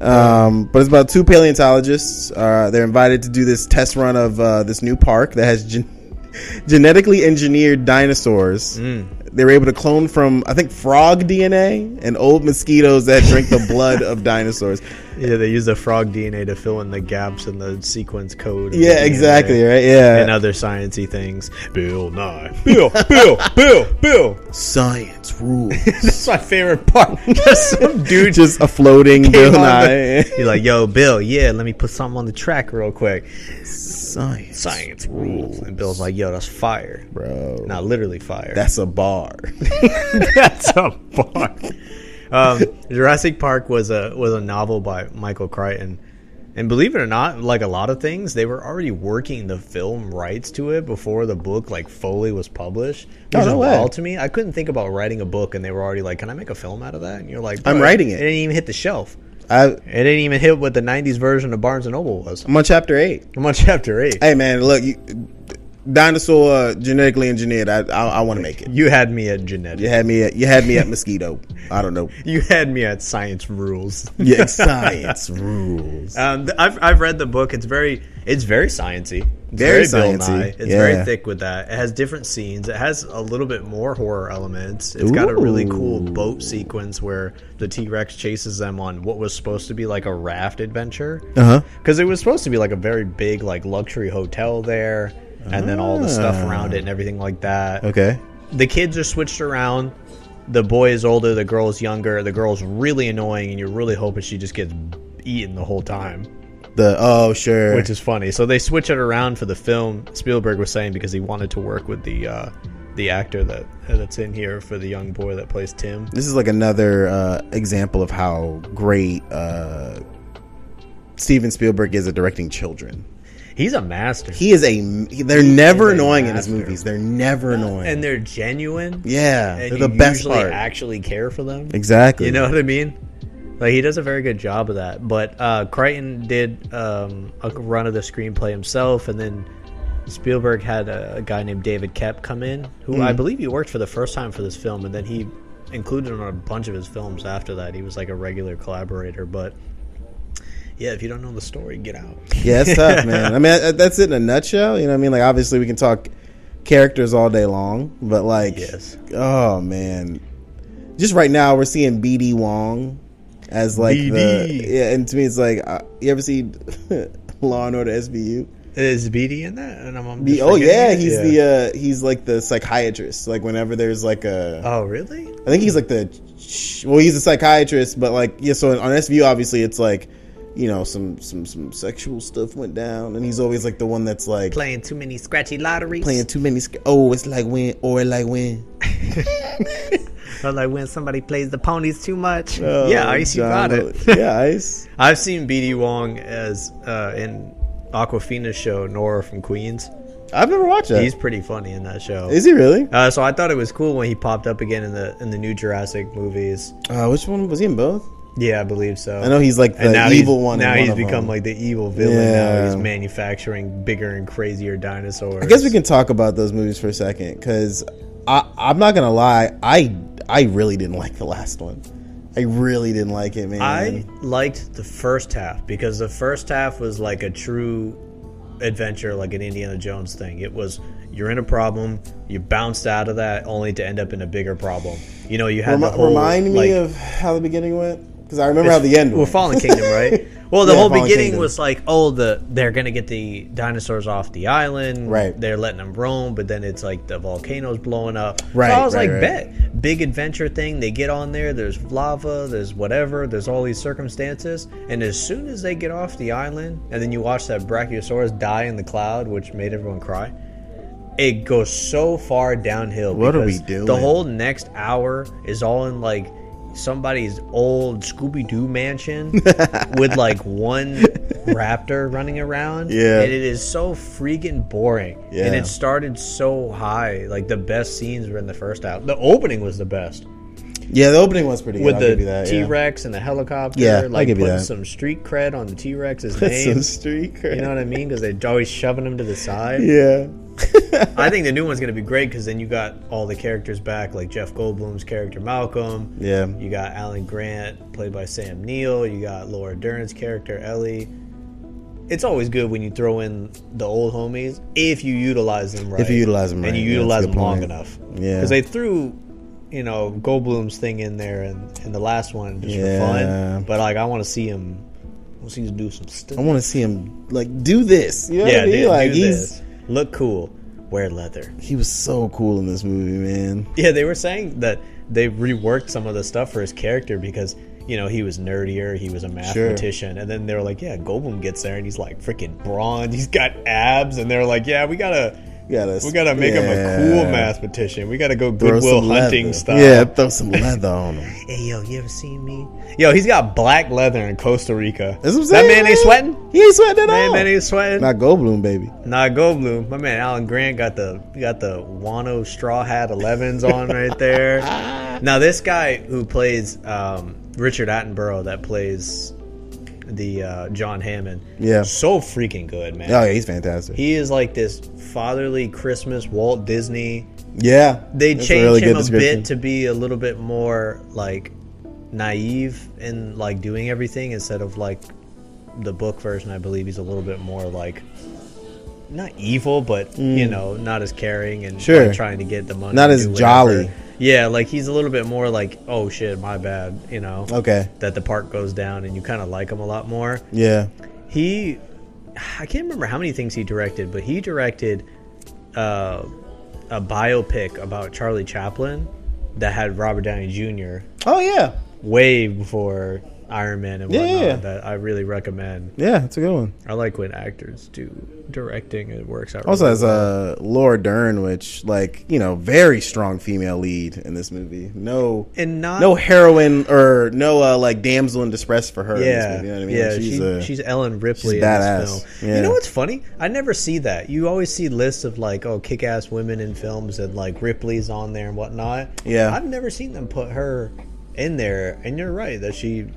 B: Um, but it's about two paleontologists. Uh, they're invited to do this test run of uh, this new park that has gen- genetically engineered dinosaurs.
C: Mm.
B: They were able to clone from, I think, frog DNA and old mosquitoes that drink the blood of dinosaurs.
C: Yeah, they use the frog DNA to fill in the gaps in the sequence code. of the
B: Yeah,
C: DNA
B: exactly, right? Yeah.
C: And other sciencey things. Bill Nye. Bill, Bill, Bill, Bill.
B: Science rules.
C: That's my favorite part. Just some dude
B: Just a floating Bill
C: on
B: Nye.
C: the- He's like, yo, Bill, yeah, let me put something on the track real quick.
B: Science.
C: Science rules. And Bill's like, yo, that's fire.
B: Bro.
C: Not literally fire.
B: That's a bar.
C: That's a bar. Um, Jurassic Park was a was a novel by Michael Crichton, and believe it or not, like a lot of things, they were already working the film rights to it before the book like Foley was published.
B: Oh,
C: Which
B: no
C: is
B: way.
C: wild to me. I couldn't think about writing a book, and they were already like, "Can I make a film out of that?" And you're like,
B: I'm
C: "Bro,
B: writing it."
C: It didn't even hit the shelf.
B: I,
C: It didn't even hit what the '90s version of Barnes and Noble was.
B: I'm on chapter eight.
C: I'm on chapter eight.
B: Hey man, look, you, dinosaur uh, genetically engineered. I I, I want to make it.
C: You had me at genetics.
B: You had me. At, you had me at mosquito. I don't know.
C: You had me at science rules.
B: Yeah, science rules.
C: Um, th- I've I've read the book. It's very it's very sciency. It's
B: Very
C: very,
B: science-y,
C: Bill Nye. It's very
B: yeah.
C: thick with that. It has different scenes. It has a little bit more horror elements. It's got a really cool
B: Ooh.
C: boat sequence where the T Rex chases them on what was supposed to be like a raft adventure.
B: Uh huh.
C: Because it was supposed to be like a very big like luxury hotel there, and then all the stuff
B: Ah.
C: around it and everything like that
B: Okay.
C: the kids are switched around. The boy is older, the girl's younger. The girl's really annoying, and you're really hoping she just gets eaten the whole time,
B: The oh sure.
C: which is funny. So they switch it around for the film. Spielberg was saying because he wanted to work with the uh, the actor that that's in here for the young boy that plays Tim.
B: this is like another uh, example of how great uh, Steven Spielberg is at directing children.
C: He's a master,
B: He is a. They're never
C: a
B: annoying in his
C: master.
B: movies. They're never annoying.
C: and they're genuine.
B: yeah,
C: and
B: they're
C: you
B: the best
C: usually
B: part.
C: actually care for them.
B: exactly.
C: You know what I mean? Like he does a very good job of that. But uh, Crichton did um, a run of the screenplay himself, and then Spielberg had a, a guy named David Kep come in, who
B: Mm.
C: I believe he worked for the first time for this film, and then he included him on a bunch of his films after that. He was like a regular collaborator, but. Yeah, if you don't know the story, get out.
B: Yeah, it's tough, man. I mean, that- that's it in a nutshell. You know what I mean? Like, obviously, we can talk characters all day long, but like,
C: Yes.
B: oh man, just right now we're seeing BD Wong as like the
C: BD.
B: yeah, and to me it's like uh, you ever see Law and Order SVU?
C: Is BD in that? And I'm, I'm
B: The,
C: just
B: oh
C: forgetting
B: yeah,
C: it?
B: he's the uh, he's like the psychiatrist. Like whenever there's like a,
C: Oh really?
B: I think he's like the well, he's a psychiatrist, but like yeah. So on SVU, obviously, it's like. You know, some some some sexual stuff went down, and he's always like the one that's like
C: Playing too many scratchy lotteries.
B: playing too many. Sc- oh, it's like when, or like when.
C: Or like when somebody plays the ponies too much.
B: Oh,
C: yeah, Ice, you
B: John
C: got it.
B: Lo- yeah, Ice.
C: I've seen BD Wong as uh, in Aquafina's show, Nora from Queens.
B: I've never watched that.
C: He's pretty funny in that show.
B: Is he really?
C: Uh, so I thought it was cool when he popped up again in the in the new Jurassic movies.
B: Uh, which one was he in both?
C: Yeah, I believe so.
B: I know he's like the
C: and now
B: evil
C: he's,
B: one. in
C: Now
B: one
C: he's
B: of them.
C: become like the evil villain. Now
B: Yeah.
C: he's manufacturing bigger and crazier dinosaurs.
B: I guess we can talk about those movies for a second because I'm not gonna lie. I I really didn't like the last one. I really didn't like it, man.
C: I liked the first half because the first half was like a true adventure, like an Indiana Jones thing. It was you're in a problem, you bounced out of that, only to end up in a bigger problem. You know, you had
B: Remi-
C: the whole,
B: remind me
C: like-
B: of how the beginning went because I remember how the end.
C: well,
B: went.
C: Fallen Kingdom, right? Well, the
B: Yeah,
C: whole
B: Fallen
C: beginning
B: Kingdom.
C: was like, oh, the they're gonna get the dinosaurs off the island,
B: Right.
C: They're letting them roam, but then it's like the volcano's blowing up.
B: Right,
C: So I was
B: right,
C: like,
B: right.
C: bet big adventure thing. They get on there. There's lava. There's whatever. There's all these circumstances. And as soon as they get off the island, and then you watch that Brachiosaurus die in the cloud, which made everyone cry. It goes so far downhill.
B: What are
C: because
B: we doing?
C: The whole whole next hour is all in like somebody's old Scooby Doo mansion with like one raptor running around.
B: Yeah.
C: And it is so freaking boring. And
B: Yeah.
C: it started so high. Like the best scenes were in the first half. The opening was the best.
B: yeah, the opening was pretty good.
C: With
B: I'll give you
C: the
B: that,
C: T
B: yeah.
C: Rex and the helicopter.
B: Yeah, I'll
C: like
B: give you
C: putting
B: that.
C: some street cred on the T Rex's
B: That's
C: name.
B: some street.
C: you know what I mean? Because they're always shoving him to the side.
B: Yeah.
C: I think the new one's gonna be great because then you got all the characters back, like Jeff Goldblum's character Malcolm.
B: Yeah.
C: You got Alan Grant played by Sam Neill. You got Laura Dern's character Ellie. It's always good when you throw in the old homies if you utilize them right.
B: you utilize them right,
C: and you
B: yeah, that's a
C: utilize
B: good
C: them long
B: point.
C: enough.
B: Yeah.
C: because they threw, you know, Goldblum's thing in there and, and the last one just
B: Yeah.
C: for fun. But like, I want to see him. I want to see him do some stuff.
B: I want to see him like do this. You know what I mean?
C: dude,
B: like
C: do
B: he's
C: this. Look cool. Wear leather.
B: he was so cool in this movie, man.
C: Yeah, they were saying that they reworked some of the stuff for his character because you know he was nerdier, he was a mathematician, and then they were like, yeah, Goldblum gets there and he's like freaking blonde, he's got abs, and they're like, yeah, we gotta.
B: We gotta,
C: We gotta make
B: yeah.
C: him a cool mathematician. We gotta go
B: Throw
C: Goodwill
B: some
C: Hunting
B: leather.
C: style.
B: Yeah, throw some leather on him.
C: Hey, yo, you ever seen me? Yo, he's got black leather in Costa Rica.
B: That's what I'm
C: that
B: saying,
C: man ain't sweating.
B: He ain't sweating at
C: That
B: all.
C: man ain't sweating.
B: Not Goldblum, baby.
C: Nah, Goldblum, my man Alan Grant got the got the Wano straw hat 11s on right there. now this guy who plays um, Richard Attenborough, that plays the uh, John Hammond,
B: Yeah.
C: so freaking good, man.
B: Oh yeah, he's fantastic.
C: He is like this fatherly Christmas Walt Disney.
B: yeah,
C: They
B: That's a
C: changed
B: really good
C: him a
B: description.
C: bit to be a little bit more like naive in like doing everything instead of like the book version. I believe he's a little bit more like not evil, but you know, not as caring and like,
B: Mm. Sure.
C: trying to get the money.
B: Not
C: and
B: as
C: do whatever.
B: jolly.
C: Yeah, like he's a little bit more like, oh shit, my bad. You know,
B: Okay.
C: that the park goes down, and you kind of like him a lot more.
B: Yeah.
C: He, I can't remember how many things he directed, but he directed uh, a biopic about Charlie Chaplin that had Robert Downey Jr.
B: Oh yeah.
C: way before Iron Man and
B: Yeah,
C: whatnot.
B: yeah.
C: That I really recommend.
B: Yeah, it's a good one.
C: I like when actors do directing; it works out.
B: Also
C: really
B: has uh, Laura Dern, which like you know, very strong female lead in this movie. No,
C: and not
B: no heroine or no uh, like damsel in distress for her. in
C: yeah,
B: this movie, you know what I mean?
C: yeah.
B: Like,
C: she's,
B: uh,
C: she's Ellen Ripley
B: she's
C: in
B: badass.
C: this film.
B: Yeah.
C: You know what's funny? I never see that. You always see lists of like, oh, kick-ass women in films, and like Ripley's on there and whatnot.
B: Yeah.
C: I've never seen them put her in there. And you're right that she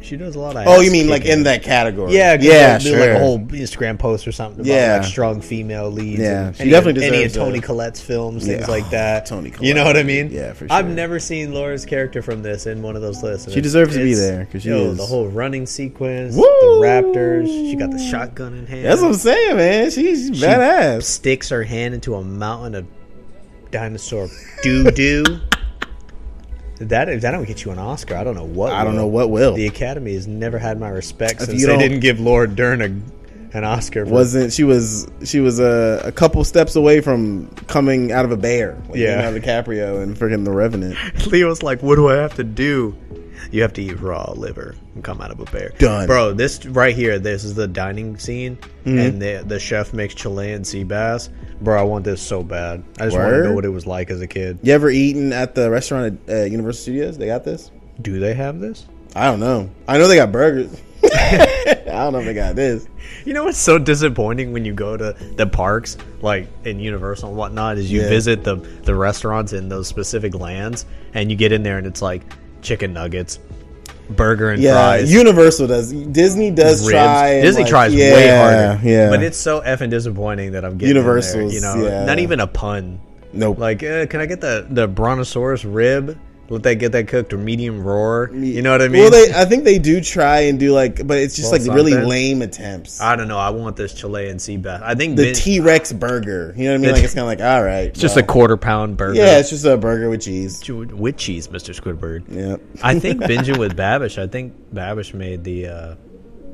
C: she does a lot of.
B: oh,
C: ass
B: you mean like
C: kicking.
B: in that category?
C: Yeah, 'cause
B: yeah,
C: they'll
B: sure.
C: Do like a whole Instagram post or something. About
B: Yeah.
C: like strong female leads.
B: Yeah,
C: and
B: she
C: any,
B: definitely
C: any of
B: deserves
C: Tony
B: that.
C: Collette's films, things
B: Yeah.
C: like that.
B: Toni
C: you know
B: Collette.
C: what I mean?
B: Yeah, for
C: I've
B: sure.
C: never seen Laura's character from this in one of those lists. and
B: She
C: it-
B: deserves to be
C: it's-
B: there, 'cause she
C: yo,
B: is-
C: the whole running sequence,
B: Woo!
C: the Raptors. She got the shotgun in hand.
B: That's what I'm saying, man. She's, she's
C: She
B: badass.
C: Sticks her hand into a mountain of dinosaur doo doo. That if that don't get you an Oscar, I don't know what.
B: I don't
C: will.
B: know what will.
C: The Academy has never had my respect
B: If
C: since
B: you
C: they
B: don't-
C: didn't give Laura Dern a, an Oscar. For,
B: wasn't she was she was a, a couple steps away from coming out of a bear, like
C: Yeah.
B: Leonardo DiCaprio and freaking The Revenant.
C: Leo's like, "What do I have to do?" You have to eat raw liver and come out of a bear.
B: Done. Mm-hmm.
C: bro. This right here, this is the dining scene, and the the chef makes Chilean sea bass. Bro, I want this so bad. I just want to know
B: Word?
C: what it was like as a kid.
B: You ever eaten at the restaurant at uh, Universal Studios? They got this.
C: Do they have this?
B: I don't know. I know they got burgers. I don't know if they got this.
C: You know what's so disappointing when you go to the parks, like in Universal and whatnot, is you
B: Yeah.
C: visit the the restaurants in those specific lands, and you get in there and it's like chicken nuggets, burger and
B: Yeah,
C: fries.
B: Universal does. Disney does
C: ribs.
B: try. and,
C: Disney
B: like,
C: tries way
B: yeah,
C: harder,
B: Yeah,
C: But it's so effing disappointing that I'm getting in there,
B: Universal's,
C: you know,
B: yeah.
C: not even a pun.
B: nope.
C: Like, uh, can I get the the brontosaurus rib? Let that get that cooked or medium roar. You know what I mean?
B: Well, they. I think they do try and do like, but it's just
C: Well,
B: like really
C: something.
B: lame attempts.
C: I don't know. I want this Chilean sea bass. I think
B: the
C: Vin-
B: T Rex burger. You know what I mean? Like it's kind of like all right.
C: just
B: well.
C: a quarter pound burger.
B: yeah. It's just a burger with cheese.
C: with cheese, Mr. Squidward.
B: Yeah.
C: I think binging with Babish. I think Babish made the uh,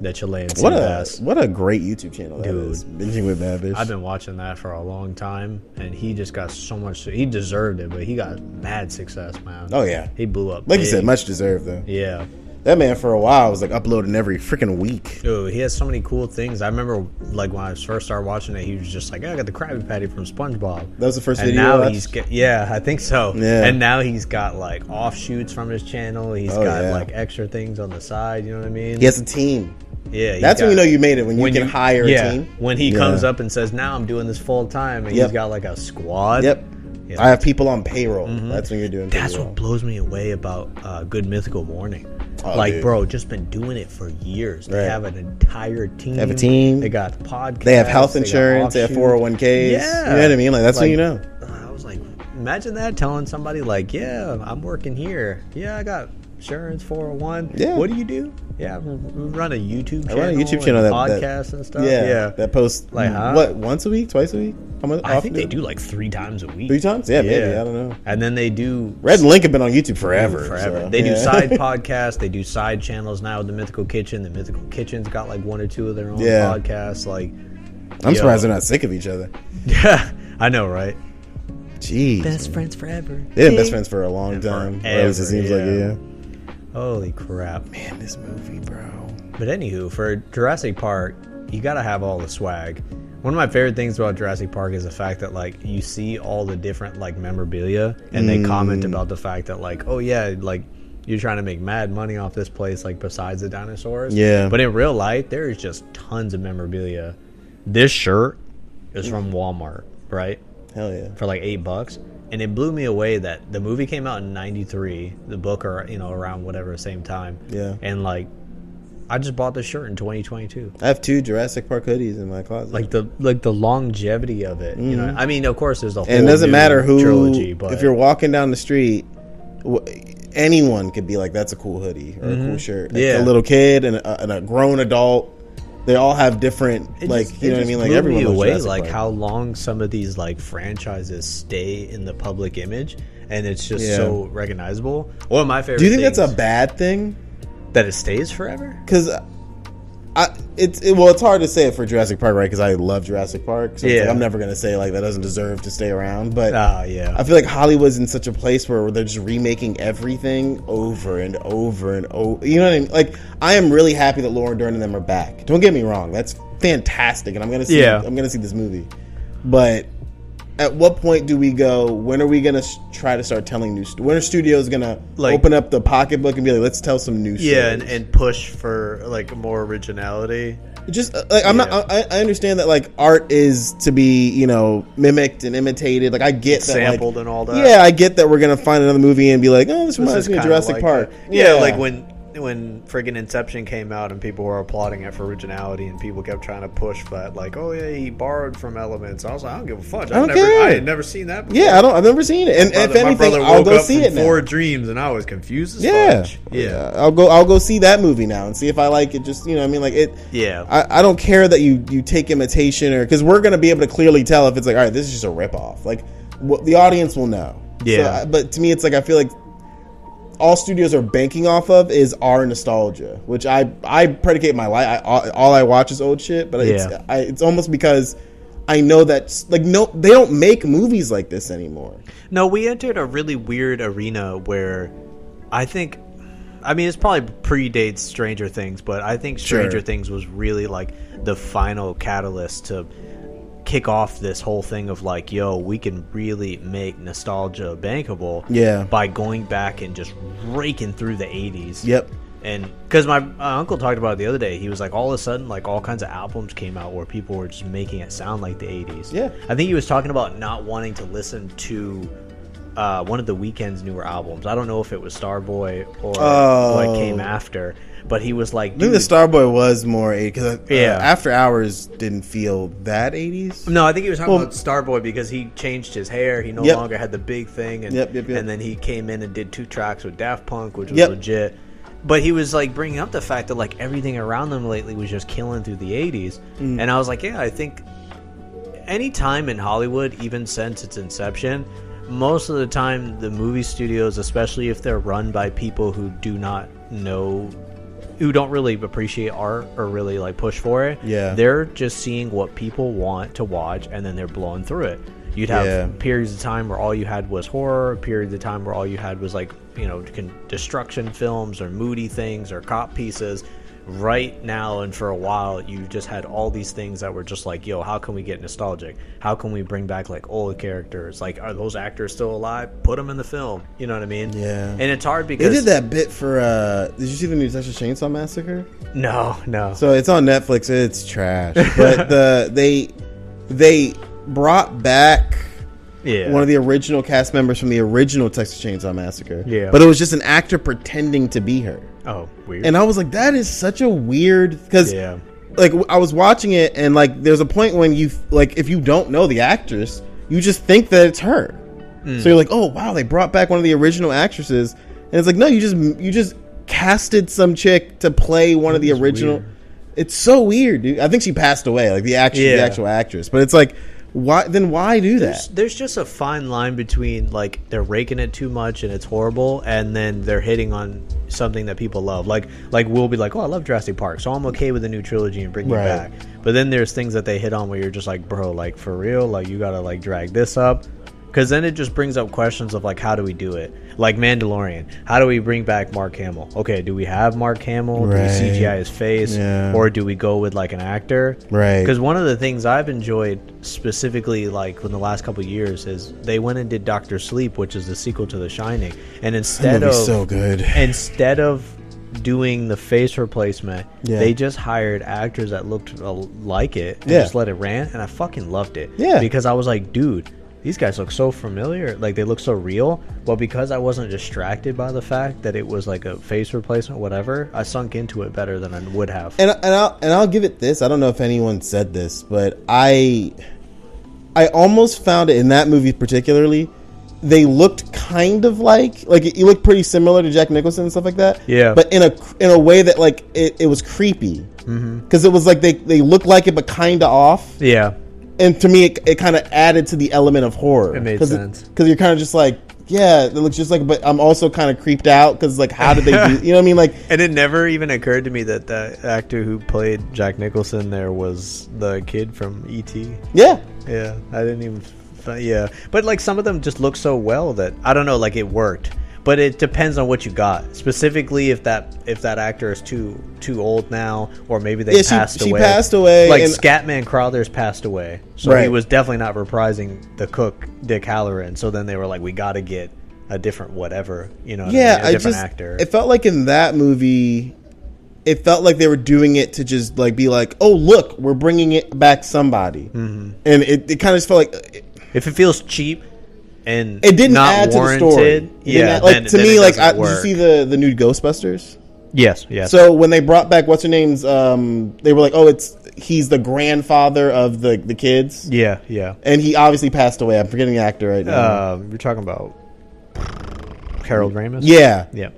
C: the Chilean sea
B: What a
C: bass.
B: what a great YouTube channel that
C: Dude.
B: is. Binging with Babish.
C: I've been watching that for a long time, and he just got so much. He deserved it, but he got mad success, man.
B: oh yeah.
C: he blew up.
B: Like you
C: big.
B: said, much deserved though.
C: Yeah.
B: That man for a while was like uploading every freaking week.
C: Dude, he has so many cool things. I remember, like when I first started watching it, he was just like, "I got the Krabby Patty from SpongeBob."
B: That was the first
C: and
B: video I
C: now
B: watched?
C: he's get, yeah, I think so.
B: Yeah.
C: And now he's got like offshoots from his channel. He's
B: Oh,
C: got
B: yeah.
C: like extra things on the side. You know what I mean?
B: He has a team.
C: Yeah, he's
B: That's when
C: got-
B: you know you made it when you can hire
C: yeah,
B: a team.
C: When he
B: Yeah.
C: comes up and says, "Now I'm doing this full time," and
B: Yep.
C: he's got like a squad.
B: Yep.
C: Yeah. Mm-hmm.
B: I have people on payroll. That's when you're doing.
C: That's
B: payroll.
C: what blows me away about uh, Good Mythical Morning. like,
B: Oh, dude.
C: bro, just been doing it for years. They
B: Right.
C: have an entire team. They
B: have a team.
C: They got podcasts.
B: They have health
C: got
B: insurance. They have
C: offshoots.
B: four oh hundred one ks.
C: Yeah.
B: you know what I mean. Like that's what
C: Like-
B: you know.
C: I was like, imagine that telling somebody like, yeah, I'm working here. Yeah, I got insurance 401.
B: Yeah.
C: What do you do? Yeah, I run a YouTube
B: I
C: channel.
B: run a YouTube channel
C: and
B: that- that-
C: podcasts and stuff.
B: yeah,
C: yeah.
B: That post
C: Like, huh?
B: what once a week, twice a week. How much?
C: I
B: often
C: think they do like three times a week.
B: three times. Yeah, maybe
C: Yeah.
B: I don't know.
C: And then they do
B: Red and Link have been on YouTube forever.
C: forever.
B: so,
C: they do
B: yeah.
C: side podcasts. They do side channels now. with The Mythical Kitchen. The Mythical Kitchen's got like one or two of their own
B: Yeah.
C: podcasts. Like,
B: I'm
C: Yo.
B: surprised they're not sick of each other.
C: yeah, I know, right?
B: Jeez,
C: Best friends forever.
B: they've been best friends for a long time. or at least it
C: forever,
B: seems
C: yeah.
B: like
C: Holy crap!
B: yeah. Man, this movie, bro.
C: But anywho, for Jurassic Park, you gotta have all the swag. One of my favorite things about Jurassic Park is the fact that like you see all the different like memorabilia, and they comment about the fact that like, oh yeah, like you're trying to make mad money off this place, like besides the dinosaurs.
B: Yeah.
C: But in real life, there is just tons of memorabilia. This shirt is from Walmart, right?
B: Hell yeah.
C: for like eight bucks and it blew me away that the movie came out in 93 the book or you know around whatever same time
B: Yeah.
C: and like i just bought this shirt in 2022
B: I have two Jurassic Park hoodies in my closet.
C: like the like the longevity of it you know i mean of course there's a whole
B: Mm-hmm. and it doesn't
C: new
B: matter who.
C: trilogy but
B: if you're walking down the street, wh- anyone could be like, "That's a cool hoodie or a cool shirt." Like,
C: Mm-hmm.
B: a
C: Yeah.
B: little kid and a, and a grown adult. They all have different,
C: it
B: like
C: just-
B: you
C: it
B: know what I
C: just
B: mean. Like
C: blew
B: everyone
C: me
B: loves
C: away
B: Jurassic
C: like
B: Park.
C: how long some of these like franchises stay in the public image and it's just
B: Yeah.
C: so recognizable one of my favorite
B: Do you think that's a
C: things-
B: bad thing?
C: that it stays forever
B: Because I, it's it, well, it's hard to say it for Jurassic Park, right? Because I love Jurassic Park, so it's like,
C: Yeah.
B: I'm never gonna say like that doesn't deserve to stay around. But
C: ah yeah
B: I feel like Hollywood's in such a place where they're just remaking everything over and over and over. You know what I mean? Like, I am really happy that Lauren Dern and them are back. Don't get me wrong; that's fantastic, and I'm gonna see.
C: Yeah.
B: I'm gonna see this movie. But at what point do we go? When are we gonna s try to start telling new? St- when are studios gonna
C: Like-
B: open up the pocketbook and be like, let's tell some new?
C: yeah
B: stories?
C: and, and push for like more originality
B: just uh, like I'm not. I, I understand that like art is to be you know mimicked and imitated. Like I get that, like-
C: Sampled and all that.
B: Yeah, I get that we're gonna find another movie and be like, oh, this
C: This
B: reminds
C: is
B: me of
C: kinda
B: Jurassic
C: like
B: Park.
C: that. Yeah. like when when friggin' Inception came out and people were applauding it for originality and people kept trying to push that like, oh yeah, he borrowed from elements. I was like, I don't give a fuck.
B: don't
C: I've never,
B: care.
C: I had never seen that. Before.
B: Yeah, I don't. I've never seen it, and
C: My
B: if
C: brother- my
B: anything,
C: brother
B: I'll
C: woke
B: go
C: up
B: see
C: from
B: it now.
C: Four dreams, and I was confused as
B: yeah,
C: fudge. yeah,
B: I'll go. I'll go see that movie now and see if I like it. Just you know, what I mean, like it.
C: Yeah.
B: I, I don't care that you you take imitation or because we're gonna be able to clearly tell if it's like all right, this is just a ripoff. Like what the audience will know.
C: Yeah.
B: I- but to me, it's like I feel like all studios are banking off of is our nostalgia, which I I predicate my life. I, all, all I watch is old shit, but
C: Yeah.
B: it's I, it's almost because. I know that like no, they don't make movies like this anymore.
C: No, we entered a really weird arena where I think I mean it's probably predates Stranger Things, but I think Stranger
B: Sure.
C: Things was really like the final catalyst to kick off this whole thing of like, yo, we can really make nostalgia bankable
B: Yeah.
C: by going back and just raking through the 80s.
B: Yep.
C: And because my, my uncle talked about it the other day, he was like, all of a sudden, like all kinds of albums came out where people were just making it sound like the 80s.
B: Yeah.
C: I think he was talking about not wanting to listen to uh, one of the weekend's newer albums. I don't know if it was Starboy or
B: Oh.
C: what came after, but he was
B: I
C: like,
B: think
C: Dude,
B: the Starboy was more eight because
C: Mm-hmm. Yeah.
B: After Hours didn't feel that eighties.
C: No, I think he was talking
B: Well-
C: about Starboy because he changed his hair. He no
B: Yep.
C: longer had the big thing, and
B: Yep, yep, yep.
C: and then he came in and did two tracks with Daft Punk, which was
B: Yep.
C: legit. But he was like bringing up the fact that like everything around them lately was just killing through the '80s,
B: Mm.
C: and I was like, yeah, I think any time in Hollywood, even since its inception, most of the time the movie studios, especially if they're run by people who do not know who don't really appreciate art or really like push for it.
B: Yeah.
C: They're just seeing what people want to watch and then they're blowing through it. You'd have
B: Yeah.
C: periods of time where all you had was horror, periods of time where all you had was like, you know, con- destruction films or moody things or cop pieces. Right now and for a while, you just had all these things that were just like, yo, how can we get nostalgic? How can we bring back like old characters? Like, are those actors still alive? Put them in the film. You know what I mean?
B: Yeah.
C: And it's hard
B: They
C: because
B: did that bit for. uh Did you see the new Texas Chainsaw Massacre?
C: No, no.
B: So it's on Netflix. It's trash, but the they they brought back
C: yeah.
B: one of the original cast members from the original Texas Chainsaw Massacre.
C: Yeah.
B: but it was just an actor pretending to be her.
D: Oh, weird.
B: and I was like, that is such a weird because
D: yeah.
B: like w- I was watching it and like there's a point when you like if you don't know the actress, you just think that it's her.
C: Hmm.
B: So you're like, oh wow, they brought back one of the original actresses, and it's like no, you just you just casted some chick to play one of the original. It's so weird, dude. I think she passed away, like the actual the
C: Yeah.
B: actual actress. But it's like, why then why do
C: There's,
B: that?
C: there's just a fine line between like they're raking it too much and it's horrible, and then they're hitting on something that people love. Like like we'll be like, oh, I love Jurassic Park, so I'm okay with the new trilogy and bringing
B: Right.
C: it back. But then there's things that they hit on where you're just like, bro, like for real, like you gotta like drag this up. Because then it just brings up questions of like, how do we do it? Like Mandalorian, how do we bring back Mark Hamill? Okay, do we have Mark Hamill?
B: Right.
C: Do we CGI his face,
B: Yeah.
C: or do we go with like an actor?
B: Right.
C: Because one of the things I've enjoyed specifically, like in the last couple of years, is they went and did Doctor Sleep, which is the sequel to The Shining, and instead of
B: movie's so good.
C: instead of doing the face replacement,
B: Yeah.
C: they just hired actors that looked uh, like it and
B: Yeah.
C: just let it rant, and I fucking loved it.
B: Yeah.
C: because I was like, dude. These guys look so familiar, like they look so real. But because I wasn't distracted by the fact that it was like a face replacement, whatever, I sunk into it better than I would have.
B: and and I'll and I'll give it this. I don't know if anyone said this, but I I almost found it in that movie particularly. They looked kind of like like he looked pretty similar to Jack Nicholson and stuff like that.
C: Yeah.
B: but in a in a way that like it, it was creepy because it was like they they looked like it but kind of off.
C: Mm-hmm. yeah,
B: And to me, it, it kind of added to the element of horror.
C: It made
B: Cause
C: sense.
B: because you're kind of just like. Yeah, it looks just like, but I'm also kind of creeped out because, like, how did they do? You know what I mean? Like,
C: And it never even occurred to me that the actor who played Jack Nicholson there was the kid from E.T.
B: yeah,
C: Yeah, I didn't even. f- Yeah, but like some of them just look so well that I don't know. Like it worked, but it depends on what you got. Specifically, if that if that actor is too too old now, or maybe they
B: Yeah, she-
C: passed
B: she
C: away.
B: passed away,
C: Like
B: and-
C: Scatman Crothers passed away, so he
B: Right.
C: was definitely not reprising the cook Dick Halloran. So then they were like, we got to get a different whatever, you know? what I
B: yeah,
C: mean? A
B: I
C: different
B: just
C: actor.
B: it felt like in that movie, it felt like they were doing it to just like be like, oh look, we're bringing it back somebody, mm-hmm. and it, it kind of just felt like it,
C: If it feels cheap and
B: it didn't
C: not
B: add to the
C: warranted,
B: story. It didn't
C: yeah,
B: add- like
C: then-
B: to
C: then
B: me,
C: it
B: like I, did
C: doesn't
B: you
C: work.
B: see the the new Ghostbusters?
C: yes, yes,
B: So when they brought back what's her name's, um, they were like, oh, it's he's the grandfather of the the kids,
C: yeah, yeah.
B: and he obviously passed away. I'm forgetting the actor right now.
C: Um, you're talking about Harold Ramis.
B: yeah,
C: yeah,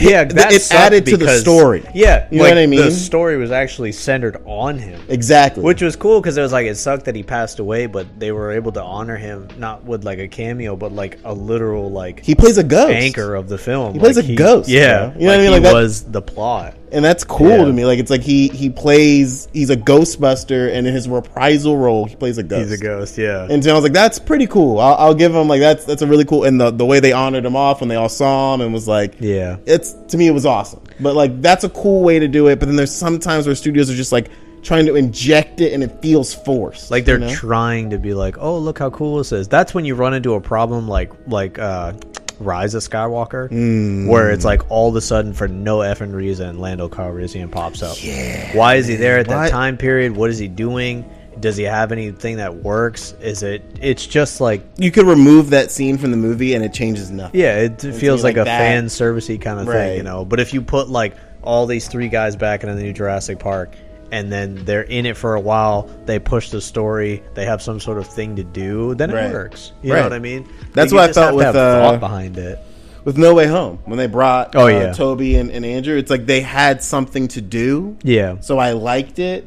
C: yeah. That
B: it
C: sucked
B: added to the
C: because-
B: story.
C: Yeah,
B: You know what I mean?
C: The story was actually centered on him.
B: exactly.
C: Which was cool because it was like it sucked that he passed away, but they were able to honor him not with like a cameo, but like a literal like
B: he plays a ghost
C: anchor of the film. He
B: plays a ghost,
C: Yeah,
B: bro. You know what I
C: like
B: mean? Like
C: he
B: that-
C: was the plot.
B: and that's cool
C: Yeah.
B: to me. Like it's like he he plays he's a Ghostbuster, and in his reprisal role, he plays a ghost.
C: He's a ghost. Yeah,
B: And so I was like, that's pretty cool. I'll, I'll give him like that's that's a really cool. And the the way they honored him off when they all saw him and was like,
C: yeah.
B: it's to me it was awesome. But like that's a cool way to do it. But then there's sometimes where studios are just like trying to inject it and it feels forced.
C: Like they're
B: you know?
C: trying to be like, oh, look how cool this is. That's when you run into a problem like like uh, Rise of Skywalker,
B: Mm.
C: where it's like all of a sudden for no effing reason, Lando Calrissian pops up. Yeah, why is he there at
B: Why-
C: that time period? What is he doing? Does he have anything that works? Is it? It's just like
B: you could remove that scene from the movie and it changes nothing.
C: yeah, it feels
B: be
C: like,
B: like
C: a
B: that.
C: fan servicey kind of
B: Right.
C: thing, you know. But if you put like all these three guys back in the new Jurassic Park and then they're in it for a while, they push the story, they have some sort of thing to do, then
B: Right.
C: it works. You
B: Right.
C: know what I mean?
B: That's
C: You
B: what I
C: just
B: felt
C: have to
B: with,
C: have
B: uh,
C: thought behind it.
B: With No Way Home, when they brought
C: Oh,
B: uh,
C: yeah.
B: Toby and, and Andrew, it's like they had something to do.
C: Yeah.
B: so I liked it.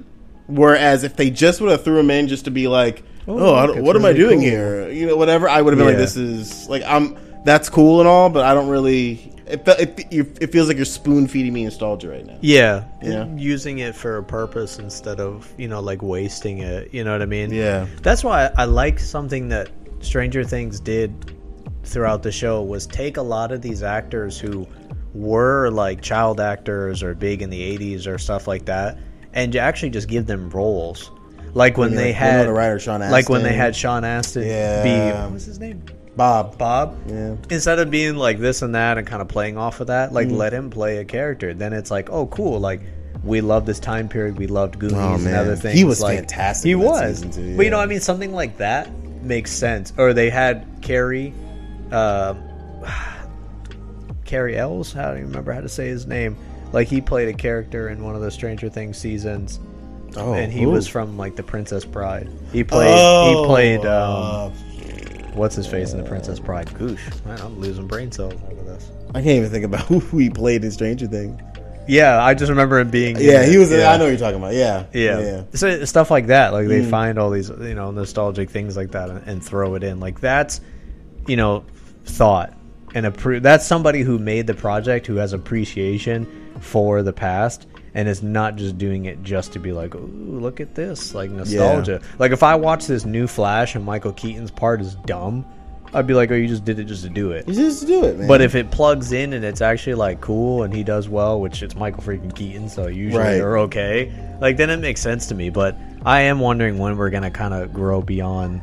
B: Whereas if they just would have threw him in just to be like, oh, I don't-
C: look,
B: what
C: it's
B: am I
C: really
B: doing
C: cool."
B: here? You know, whatever. I would have been like,
C: Yeah.
B: this is like I'm that's cool and all, but I don't really. It felt it, you- it feels like you're spoon feeding me nostalgia right now.
C: Yeah.
B: Yeah.
C: Using it for a purpose instead of, you know, like wasting it. You know what I mean?
B: Yeah.
C: That's why I like something that Stranger Things did throughout the show was take a lot of these actors who were like child actors or big in the 80s or stuff like that and actually just give them roles. Like when they
B: like
C: had
B: Winona Ryder, Sean
C: like when they
B: Astin.
C: had Sean Astin
B: Yeah.
C: be what was his name?
B: Bob,
C: Bob.
B: Yeah. Mm.
C: Instead of being like this and that and kind of playing off of that, like let him play a character. Then it's like, oh, cool. Like we love this time period. We loved Goonies
B: Oh,
C: and
B: man.
C: other
B: He
C: things.
B: was
C: like,
B: fantastic
C: He
B: in that
C: was.
B: season too,
C: But you
B: yeah.
C: know, what I mean, something like that makes sense. Or they had Carrie. um uh, Carrie Ells. How do you remember how to say his name? Like he played a character in one of the Stranger Things seasons,
B: Oh,
C: and he
B: ooh.
C: was from like The Princess Bride. He played.
B: Oh.
C: he played. Um, what's his face in The Princess Bride? Goosh, man, I'm losing brain cells over this.
B: I can't even think about who he played in Stranger Things.
C: Yeah, I just remember him being. in
B: Yeah,
C: it.
B: he was.
C: Yeah.
B: I know what you're talking about. Yeah,
C: Yeah.
B: yeah. Hmm.
C: So stuff like that, like they find all these, you know, nostalgic things like that and, and throw it in. Like that's, you know, thought and appro- that's somebody who made the project who has appreciation for the past and is not just doing it just to be like, "Ooh, look at this." Like nostalgia. Like if I watch this new Flash and Michael Keaton's part is dumb, I'd be like, "Oh, you just did it just to do it."
B: You just do it, man.
C: But if it plugs in and it's actually like cool and he does well, which it's Michael freaking Keaton, so usually
B: Right.
C: they're okay. Like then it makes sense to me. But I am wondering when we're gonna kind of grow beyond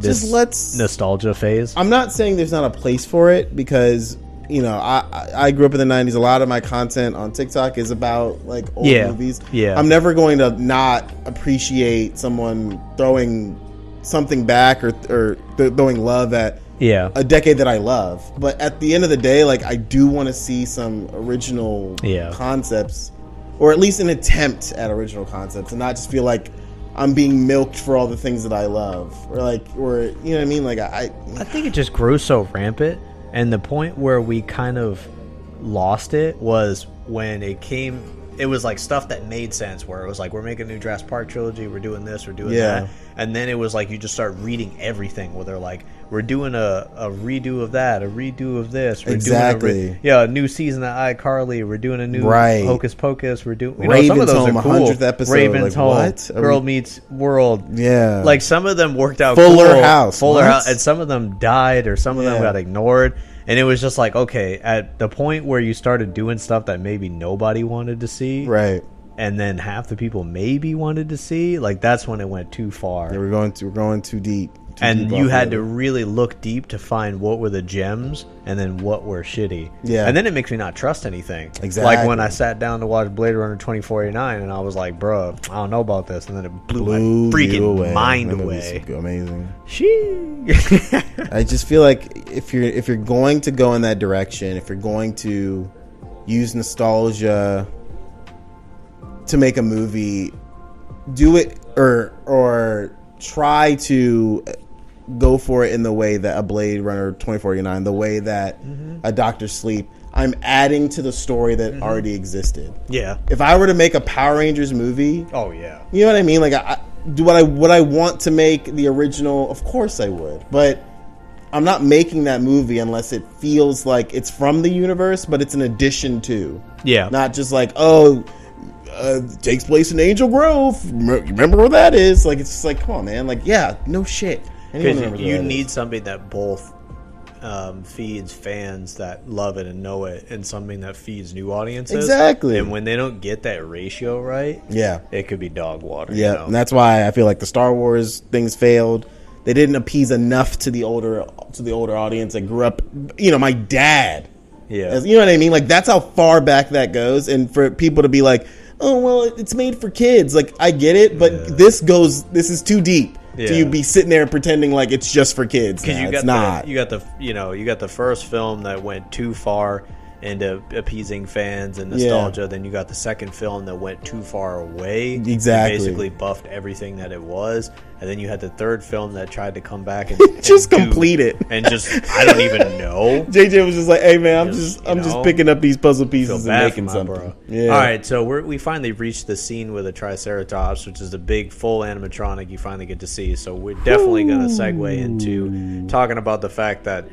C: this
B: Just let's-
C: nostalgia phase.
B: I'm not saying there's not a place for it because you know I I- I grew up in the '90s. A lot of my content on TikTok is about like old
C: Yeah.
B: movies.
C: Yeah.
B: I'm never going to not appreciate someone throwing something back or or th- throwing love at
C: yeah,
B: a decade that I love. But at the end of the day, like I do want to see some original
C: Yeah.
B: concepts, or at least an attempt at original concepts, and not just feel like I'm being milked for all the things that I love, or like, or you know what I mean? Like I,
C: I think it just grew so rampant, and the point where we kind of lost it was when it came. It was like stuff that made sense, where it was like we're making a new Jurassic Park trilogy, we're doing this, we're doing
B: Yeah.
C: that, and then it was like you just start reading everything, where they're like we're doing a, a redo of that, a redo of this, we're doing a
B: Exactly.
C: re- yeah, a new season of iCarly, we're doing a new
B: Right.
C: Hocus Pocus, we're doing you know, some of
B: Raven's
C: those
B: Home,
C: are cool.
B: 100th episode,
C: Raven's
B: like,
C: Home,
B: what? Are
C: Girl
B: we-
C: Meets World,
B: yeah,
C: like some of them worked out.
B: Fuller
C: cool.
B: House,
C: Fuller
B: what?
C: House, and some of them died, or some of them
B: Yeah.
C: got ignored, and it was just like okay, at the point where you started doing stuff that maybe nobody wanted to see,
B: right.
C: and then half the people maybe wanted to see, like that's when it went too far,
B: Yeah, we're going to we're going too deep. Too
C: and
B: deep
C: you
B: off
C: had
B: of
C: to
B: it.
C: really look deep to find what were the gems and then what were shitty.
B: Yeah.
C: and then it makes me not trust anything. like when
B: Exactly.
C: I sat down to watch Blade Runner twenty forty nine, and I was like, bro, I don't know about this, and then it blew,
B: Blew
C: my freaking
B: you away.
C: mind
B: That movie's
C: away.
B: Amazing.
C: She.
B: I just feel like if you're if you're going to go in that direction, if you're going to use nostalgia to make a movie, do it or or try to go for it in the way that a Blade Runner 2049, the way that
C: Mm-hmm.
B: a Doctor Sleep. I'm adding to the story that already existed.
C: Yeah.
B: If I were to make a Power Rangers movie,
C: Oh yeah.
B: You know what I mean? Like, I, I- do what I would I want to make the original? Of course I would, but I'm not making that movie unless it feels like it's from the universe, but it's an addition to.
C: Yeah.
B: Not just like oh, uh, takes place in Angel Grove. M- Remember where that is? Like it's just like come on, man. Like yeah, no shit. Anyone
C: Because
B: remembers where
C: you
B: that is.
C: need something that both um, feeds fans that love it and know it, and something that feeds new audiences.
B: Exactly.
C: And when they don't get that ratio right,
B: yeah.
C: it could be dog water.
B: Yeah, and that's why I feel like the Star Wars things failed. They didn't appease enough to the older to the older audience that grew up. You know, my dad.
C: Yeah.
B: As- you know what I mean. Like that's how far back that goes, and for people to be like, "Oh, well, it's made for kids." Like I get it, but this goes. This is too deep.
C: Yeah.
B: To you be sitting there pretending like it's just for kids?
C: because
B: Nah,
C: you
B: it's
C: got
B: not.
C: the, you got the you know you got the first film that went too far into appeasing fans and nostalgia. Then you got the second film that went too far away, and
B: Exactly.
C: basically buffed everything that it was, and then you had the third film that tried to come back and
B: Just
C: and do-
B: complete it.
C: and just I don't even know.
B: JJ was just like, "Hey, man, I'm
C: Just,
B: just
C: you
B: I'm just
C: know,
B: picking up these puzzle
C: Feel
B: pieces and
C: bad for
B: making
C: my
B: something."
C: bro.
B: Yeah.
C: All right, so we're, we finally reached the scene with a Triceratops, which is the big full animatronic you finally get to see. So we're definitely going to segue into talking about the fact that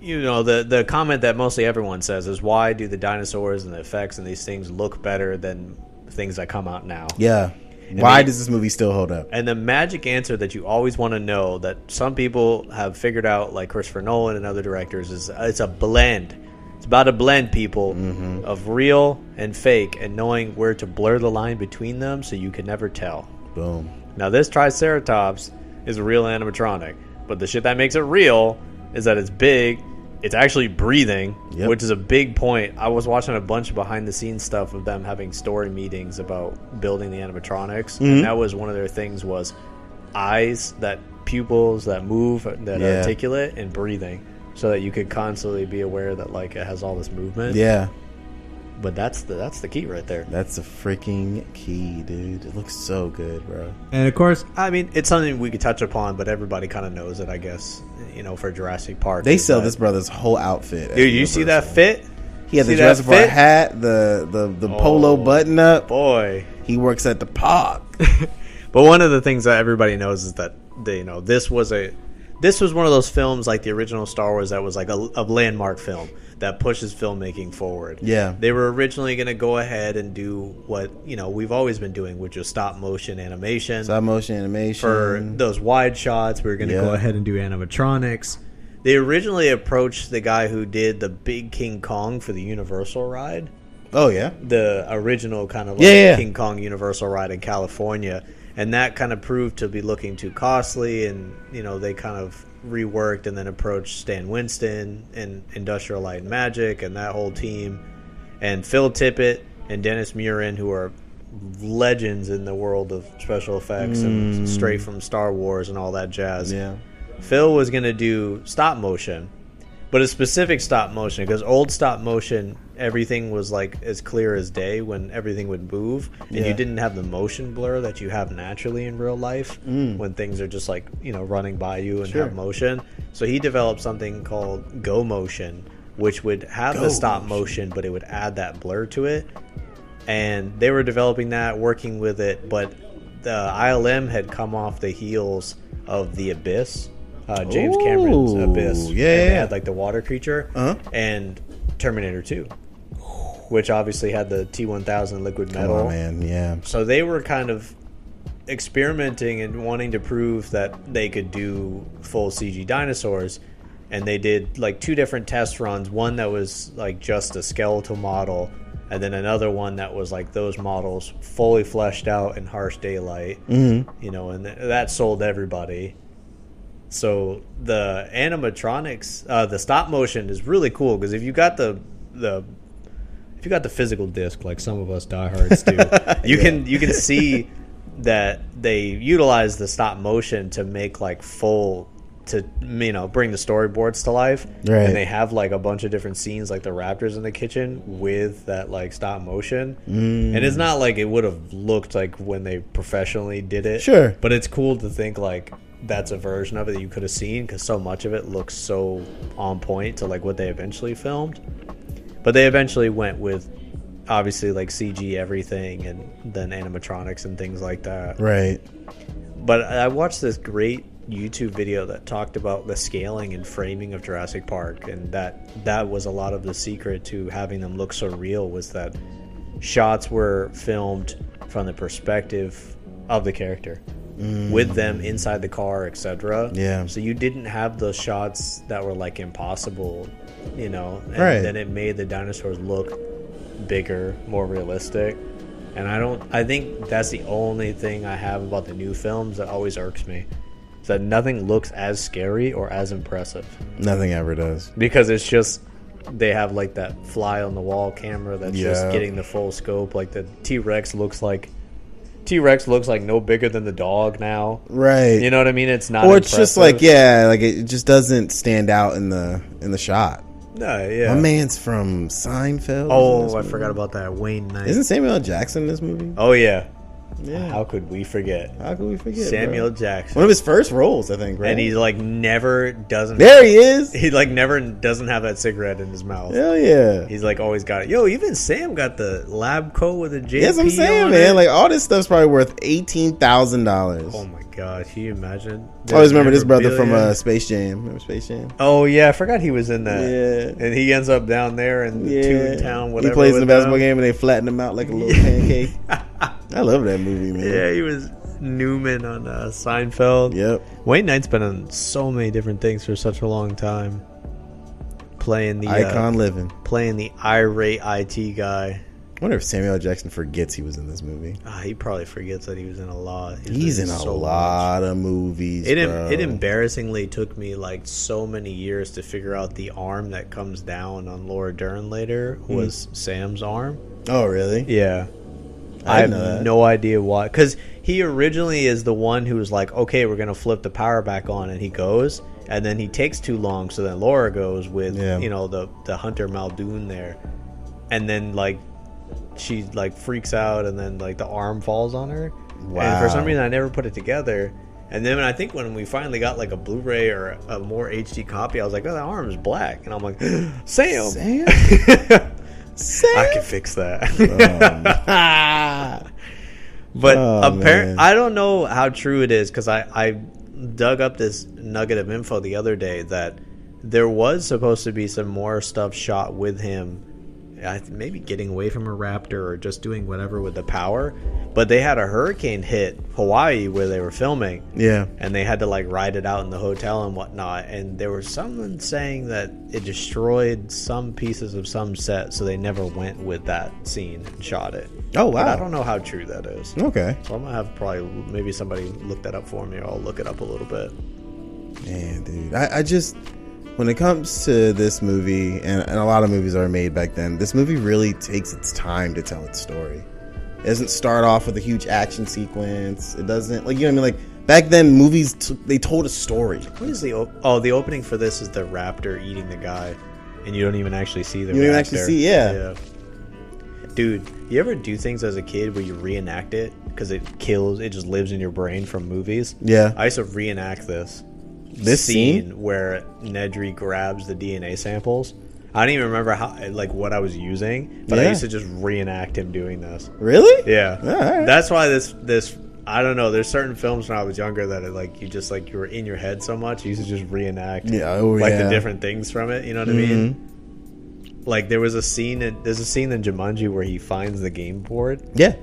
C: you know the the comment that mostly everyone says is why do the dinosaurs and the effects and these things look better than things that come out now?
B: Yeah. Why
C: then-
B: does this movie still hold up?
C: And the magic answer that you always want to know that some people have figured out, like Christopher Nolan and other directors, is uh, it's a blend. It's about a blend, people, of real and fake, and knowing where to blur the line between them so you can never tell.
B: Boom.
C: Now, this Triceratops is a real animatronic, but the shit that makes it real is that it's big. It's actually breathing,
B: Yep.
C: which is a big point. I was watching a bunch of behind the scenes stuff of them having story meetings about building the animatronics,
B: Mm-hmm.
C: and that was one of their things was eyes that pupils that move that
B: Yeah.
C: articulate and breathing. so that you could constantly be aware that like it has all this movement.
B: Yeah,
C: But that's the that's the key right there.
B: that's a freaking key, dude. It looks so good, bro.
E: And of course,
C: I mean, it's something we could touch upon, but everybody kind of knows it, I guess. You know, for Jurassic Park,
B: They
C: is
B: sell
C: that-
B: this brother's whole outfit. at
C: Dude, you see that
B: Universal.
C: fit?
B: He had the
C: see that
B: Jurassic Park
C: fit? Oh.
B: hat, the the the polo button up.
C: Boy,
B: He works at the park.
C: But one of the things that everybody knows is that they, you know this was a this was one of those films like the original Star Wars that was like a, a landmark film that pushes filmmaking forward.
B: Yeah.
C: They were originally going to go ahead and do what, you know, we've always been doing, which is stop motion animation
B: Stop motion animation.
C: for those wide shots. We were going to go
B: Yeah.
C: ahead and do animatronics. They originally approached the guy who did the big King Kong for the Universal ride
B: oh yeah,
C: the original kind of like
B: Yeah, yeah.
C: King Kong Universal ride in California, and that kind of proved to be looking too costly, and you know they kind of reworked and then approached Stan Winston and Industrial Light and Magic and that whole team, and Phil Tippett and Dennis Murin, who are legends in the world of special effects and straight from Star Wars and all that jazz.
B: Mm. yeah.
C: Phil was going to do stop motion, but a specific stop motion because old stop motion, everything was like as clear as day when everything would move, and
B: Yeah.
C: you didn't have the motion blur that you have naturally in real life when things are just like you know running by you and have motion. So he developed something called Go Motion, which would have the stop motion, but it would add that blur to it and they were developing that, working with it. But the ILM had come off the heels of the Abyss, uh, James Cameron's
B: Ooh, yeah,
C: Abyss. and
B: yeah,
C: they
B: yeah.
C: had like the water creature
B: Uh-huh.
C: and Terminator Two, which obviously had the T one thousand liquid metal.
B: Oh man, yeah.
C: So they were kind of experimenting and wanting to prove that they could do full CG dinosaurs. And they did like two different test runs one that was like just a skeletal model, and then another one that was like those models fully fleshed out in harsh daylight. Mm-hmm. You know, and th- that sold everybody. So the animatronics, uh, the stop motion is really cool because if you got the the if you got the physical disc like some of us diehards do, you can you can see that they utilize the stop motion to make like full to you know bring the storyboards to life.
B: Right.
C: And they have like a bunch of different scenes like the raptors in the kitchen with that like stop motion. Mm. And it's not like it would have looked like when they professionally did it.
B: Sure.
C: But it's cool to think like that's a version of it that you could have seen because so much of it looks so on point to like what they eventually filmed. But they eventually went with obviously like CG everything and then animatronics and things like that.
B: Right.
C: But I watched this great YouTube video that talked about the scaling and framing of Jurassic Park and that that was a lot of the secret to having them look so real was that shots were filmed from the perspective of the character with them inside the car etc
B: Yeah.
C: so you didn't have those shots that were like impossible you know and
B: Right.
C: then it made the dinosaurs look bigger more realistic and i don't i think that's the only thing i have about the new films that always irks me is that nothing looks as scary or as impressive
B: Nothing ever does.
C: because it's just they have like that fly on the wall camera that's just
B: Yeah.
C: getting the full scope like the t-rex looks like t-rex looks like no bigger than the dog now
B: Right.
C: you know what i mean it's not
B: or it's just like
C: impressive.
B: yeah, like it just doesn't stand out in the in the shot.
C: no Oh, yeah
B: My man's from Seinfeld.
C: oh
B: isn't
C: i
B: this
C: forgot about that wayne knight
B: movie? Isn't Samuel L. Jackson in this movie?
C: oh yeah
B: yeah.
C: how could we forget
B: How could we forget bro?
C: samuel jackson
B: One of his first roles, I think. Right.
C: and he's like never doesn't
B: there. He is.
C: he like never doesn't have that cigarette in his mouth
B: Hell yeah.
C: he's like always got it yo even sam got the lab coat with a jp
B: That's what I'm
C: on
B: saying,
C: it.
B: man. Like all this stuff's probably worth eighteen thousand dollars.
C: Oh my god, can you imagine?
B: I always remember this brother from
C: Memorabilia.
B: uh, Space Jam. Remember Space Jam?
C: Oh yeah, I forgot he was in that.
B: Yeah.
C: And he ends up down there in the Toontown, whatever.
B: He plays in
C: with
B: the
C: uh,
B: basketball
C: them.
B: game and they flatten him out like a little pancake. I love that movie, man.
C: Yeah, he was Newman on uh, Seinfeld.
B: Yep.
C: Wayne Knight's been on so many different things for such a long time. Playing the
B: Icon
C: uh,
B: living.
C: playing the irate IT guy.
B: I wonder if Samuel L. Jackson forgets he was in this movie.
C: Ah, he probably forgets that he was in a lot. He was
B: He's in a
C: so much.
B: lot of movies.
C: It em-
B: bro.
C: it embarrassingly took me like so many years to figure out the arm that comes down on Laura Dern later
B: Hmm.
C: was Sam's arm.
B: oh, really?
C: Yeah.
B: I
C: I, have
B: didn't know that.
C: no idea why. Because he originally is the one who was like, okay, we're going to flip the power back on. And he goes. and then he takes too long. So then Laura goes with
B: Yeah.
C: you know the the Hunter Maldoon there, and then like she like freaks out, and then like the arm falls on her. And for
B: Wow.
C: some reason, I never put it together. And then I think when we finally got like a Blu-ray or a more HD copy, I was like, "Oh, that arm is black," and I'm like, "Sam,
B: Sam?
C: I can fix that. but
B: Oh,
C: apparently,
B: man.
C: I don't know how true it is because I, I dug up this nugget of info the other day that there was supposed to be some more stuff shot with him. I th- Maybe getting away from a raptor or just doing whatever with the power, but they had a hurricane hit Hawaii where they were filming,
B: Yeah.
C: and they had to like ride it out in the hotel and whatnot. And there was someone saying that it destroyed some pieces of some set, so they never went with that scene and shot it.
B: Oh
C: But I
B: wow.
C: don't know how true that is.
B: Okay.
C: So I'm gonna have probably maybe somebody look that up for me, or I'll look it up a little bit.
B: Man, dude, I, I just when it comes to this movie, and, and a lot of movies are made back then, this movie really takes its time to tell its story. It doesn't start off with a huge action sequence. It doesn't like you know what I mean. Like back then, movies t- they told a story.
C: What is the op- oh the opening for this is the raptor eating the guy, and you don't even actually see the
B: You don't
C: raptor.
B: even actually see- yeah.
C: Dude, you ever do things as a kid where you reenact it because it kills? It just lives in your brain from movies.
B: Yeah.
C: I used to reenact this.
B: This scene?
C: where Nedry grabs the DNA samples. I don't even remember how like what I was using, but I
B: Yeah.
C: used to just reenact him doing this.
B: Really?
C: Yeah,
B: Alright.
C: that's why this this I don't know. There's certain films when I was younger that it, like you just like you were in your head so much you used to just reenact
B: Yeah, oh,
C: like
B: yeah. Mm-hmm.
C: the different things from it. You know what I mean? Like there was a scene. In, there's a scene in Jumanji where he finds the game board
B: Yeah.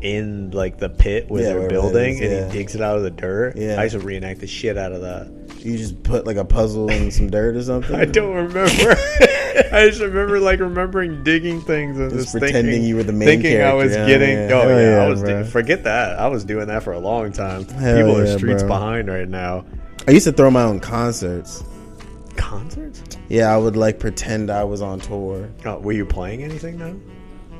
C: in like the pit where
B: Yeah,
C: they're
B: wherever that
C: building,
B: is,
C: and
B: yeah.
C: he digs it out of the dirt.
B: Yeah.
C: I used to reenact the shit out of that.
B: You just put like a puzzle and some dirt or something.
C: I don't remember. I just remember like remembering digging things and just,
B: Just pretending
C: thinking,
B: you were the main
C: thinking I was
B: character. Yeah,
C: getting.
B: yeah.
C: Oh
B: Hell
C: yeah, I
B: yeah,
C: was. di-
B: bro.
C: forget that. I was doing that for a long time.
B: Hell
C: People are
B: yeah,
C: streets
B: bro.
C: behind right now.
B: I used to throw my own concerts.
C: Concerts?
B: Yeah, I would like pretend I was on tour.
C: Oh, were you playing anything now?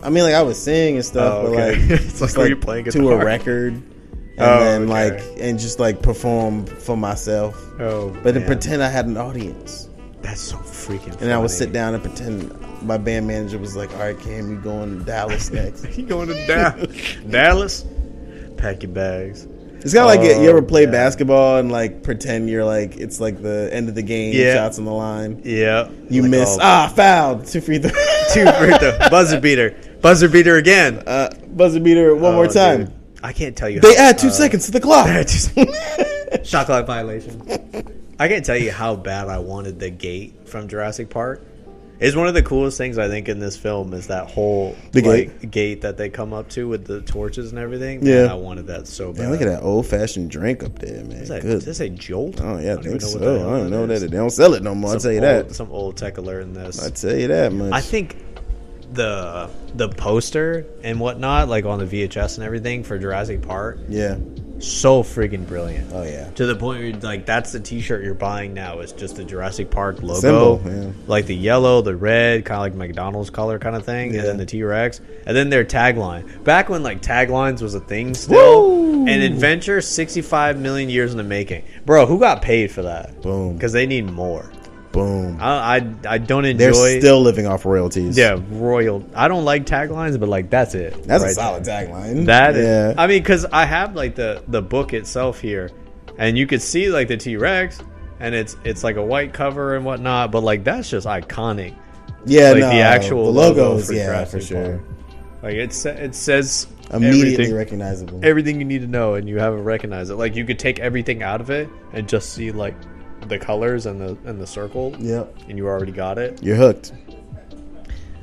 B: I mean, like I was singing and stuff,
C: Oh,
B: but
C: okay.
B: like
C: It's
B: just,
C: like, were you playing
B: to
C: guitar?
B: a record, and
C: Oh,
B: then
C: okay.
B: like and just like perform for myself,
C: Oh,
B: but to
C: man.
B: pretend I had an audience,
C: that's so freaking.
B: and I would sit down and pretend my band manager was like, "All right, Cam, you going to Dallas next?"
C: You going to Dallas? Dallas? Pack your bags.
B: it's kind of like you- you
C: Oh,
B: ever play
C: yeah.
B: basketball and like pretend you're like it's like the end of the game,
C: Yeah.
B: shots on the line,
C: Yeah.
B: you
C: Like,
B: miss,
C: oh,
B: ah, fouled, two free throws,
C: two for the buzzer beater. Buzzer beater again.
B: uh, buzzer beater one more
C: Oh,
B: time.
C: dude. I can't tell you.
B: They
C: how-
B: add two
C: uh,
B: seconds to the clock.
C: Shot clock violation. I can't tell you how bad I wanted the gate from Jurassic Park. It's one of the coolest things I think in this film is that whole
B: The
C: like, gate. that they come up to with the torches and everything. Man,
B: Yeah.
C: I wanted that so bad.
B: Man, look at that old fashioned drink up there, man.
C: Is that,
B: Good.
C: is this a jolt?
B: Oh yeah, I,
C: even
B: think so.
C: the hell
B: I don't know
C: is.
B: that they don't sell it no more. I will
C: Some
B: tell you
C: old-
B: that.
C: Some old tech alert in this.
B: I tell you that much.
C: I think the the poster and whatnot, like on the VHS and everything for Jurassic Park,
B: yeah.
C: so freaking brilliant.
B: Oh yeah.
C: to the point where you're like that's the T-shirt you're buying now. It's just the Jurassic Park logo,
B: Symbol, yeah.
C: like the yellow, the red, kind of like McDonald's color kind of thing, and then the T Rex, and then their tagline. Back when like taglines was a thing still,
B: Woo!
C: an adventure sixty five million years in the making, bro. Who got paid for that?
B: Boom.
C: because they need more.
B: Boom.
C: I I, I don't enjoy.
B: They're still living off royalties.
C: yeah, royal. I don't like taglines, but like that's it.
B: That's a
C: right
B: solid tagline.
C: that is,
B: yeah.
C: I mean, because I have like the the book itself here, and you could see like the T Rex, and it's it's like a white cover and whatnot. But like that's just iconic.
B: yeah,
C: like,
B: no,
C: the actual logo for
B: yeah,
C: Jurassic
B: for sure.
C: Like it sa- it says
B: Immediately
C: everything,
B: recognizable.
C: everything you need to know, and you haven't recognized it. Like you could take everything out of it and just see like the colors and the and the circle.
B: yep.
C: And you already got it.
B: You're hooked.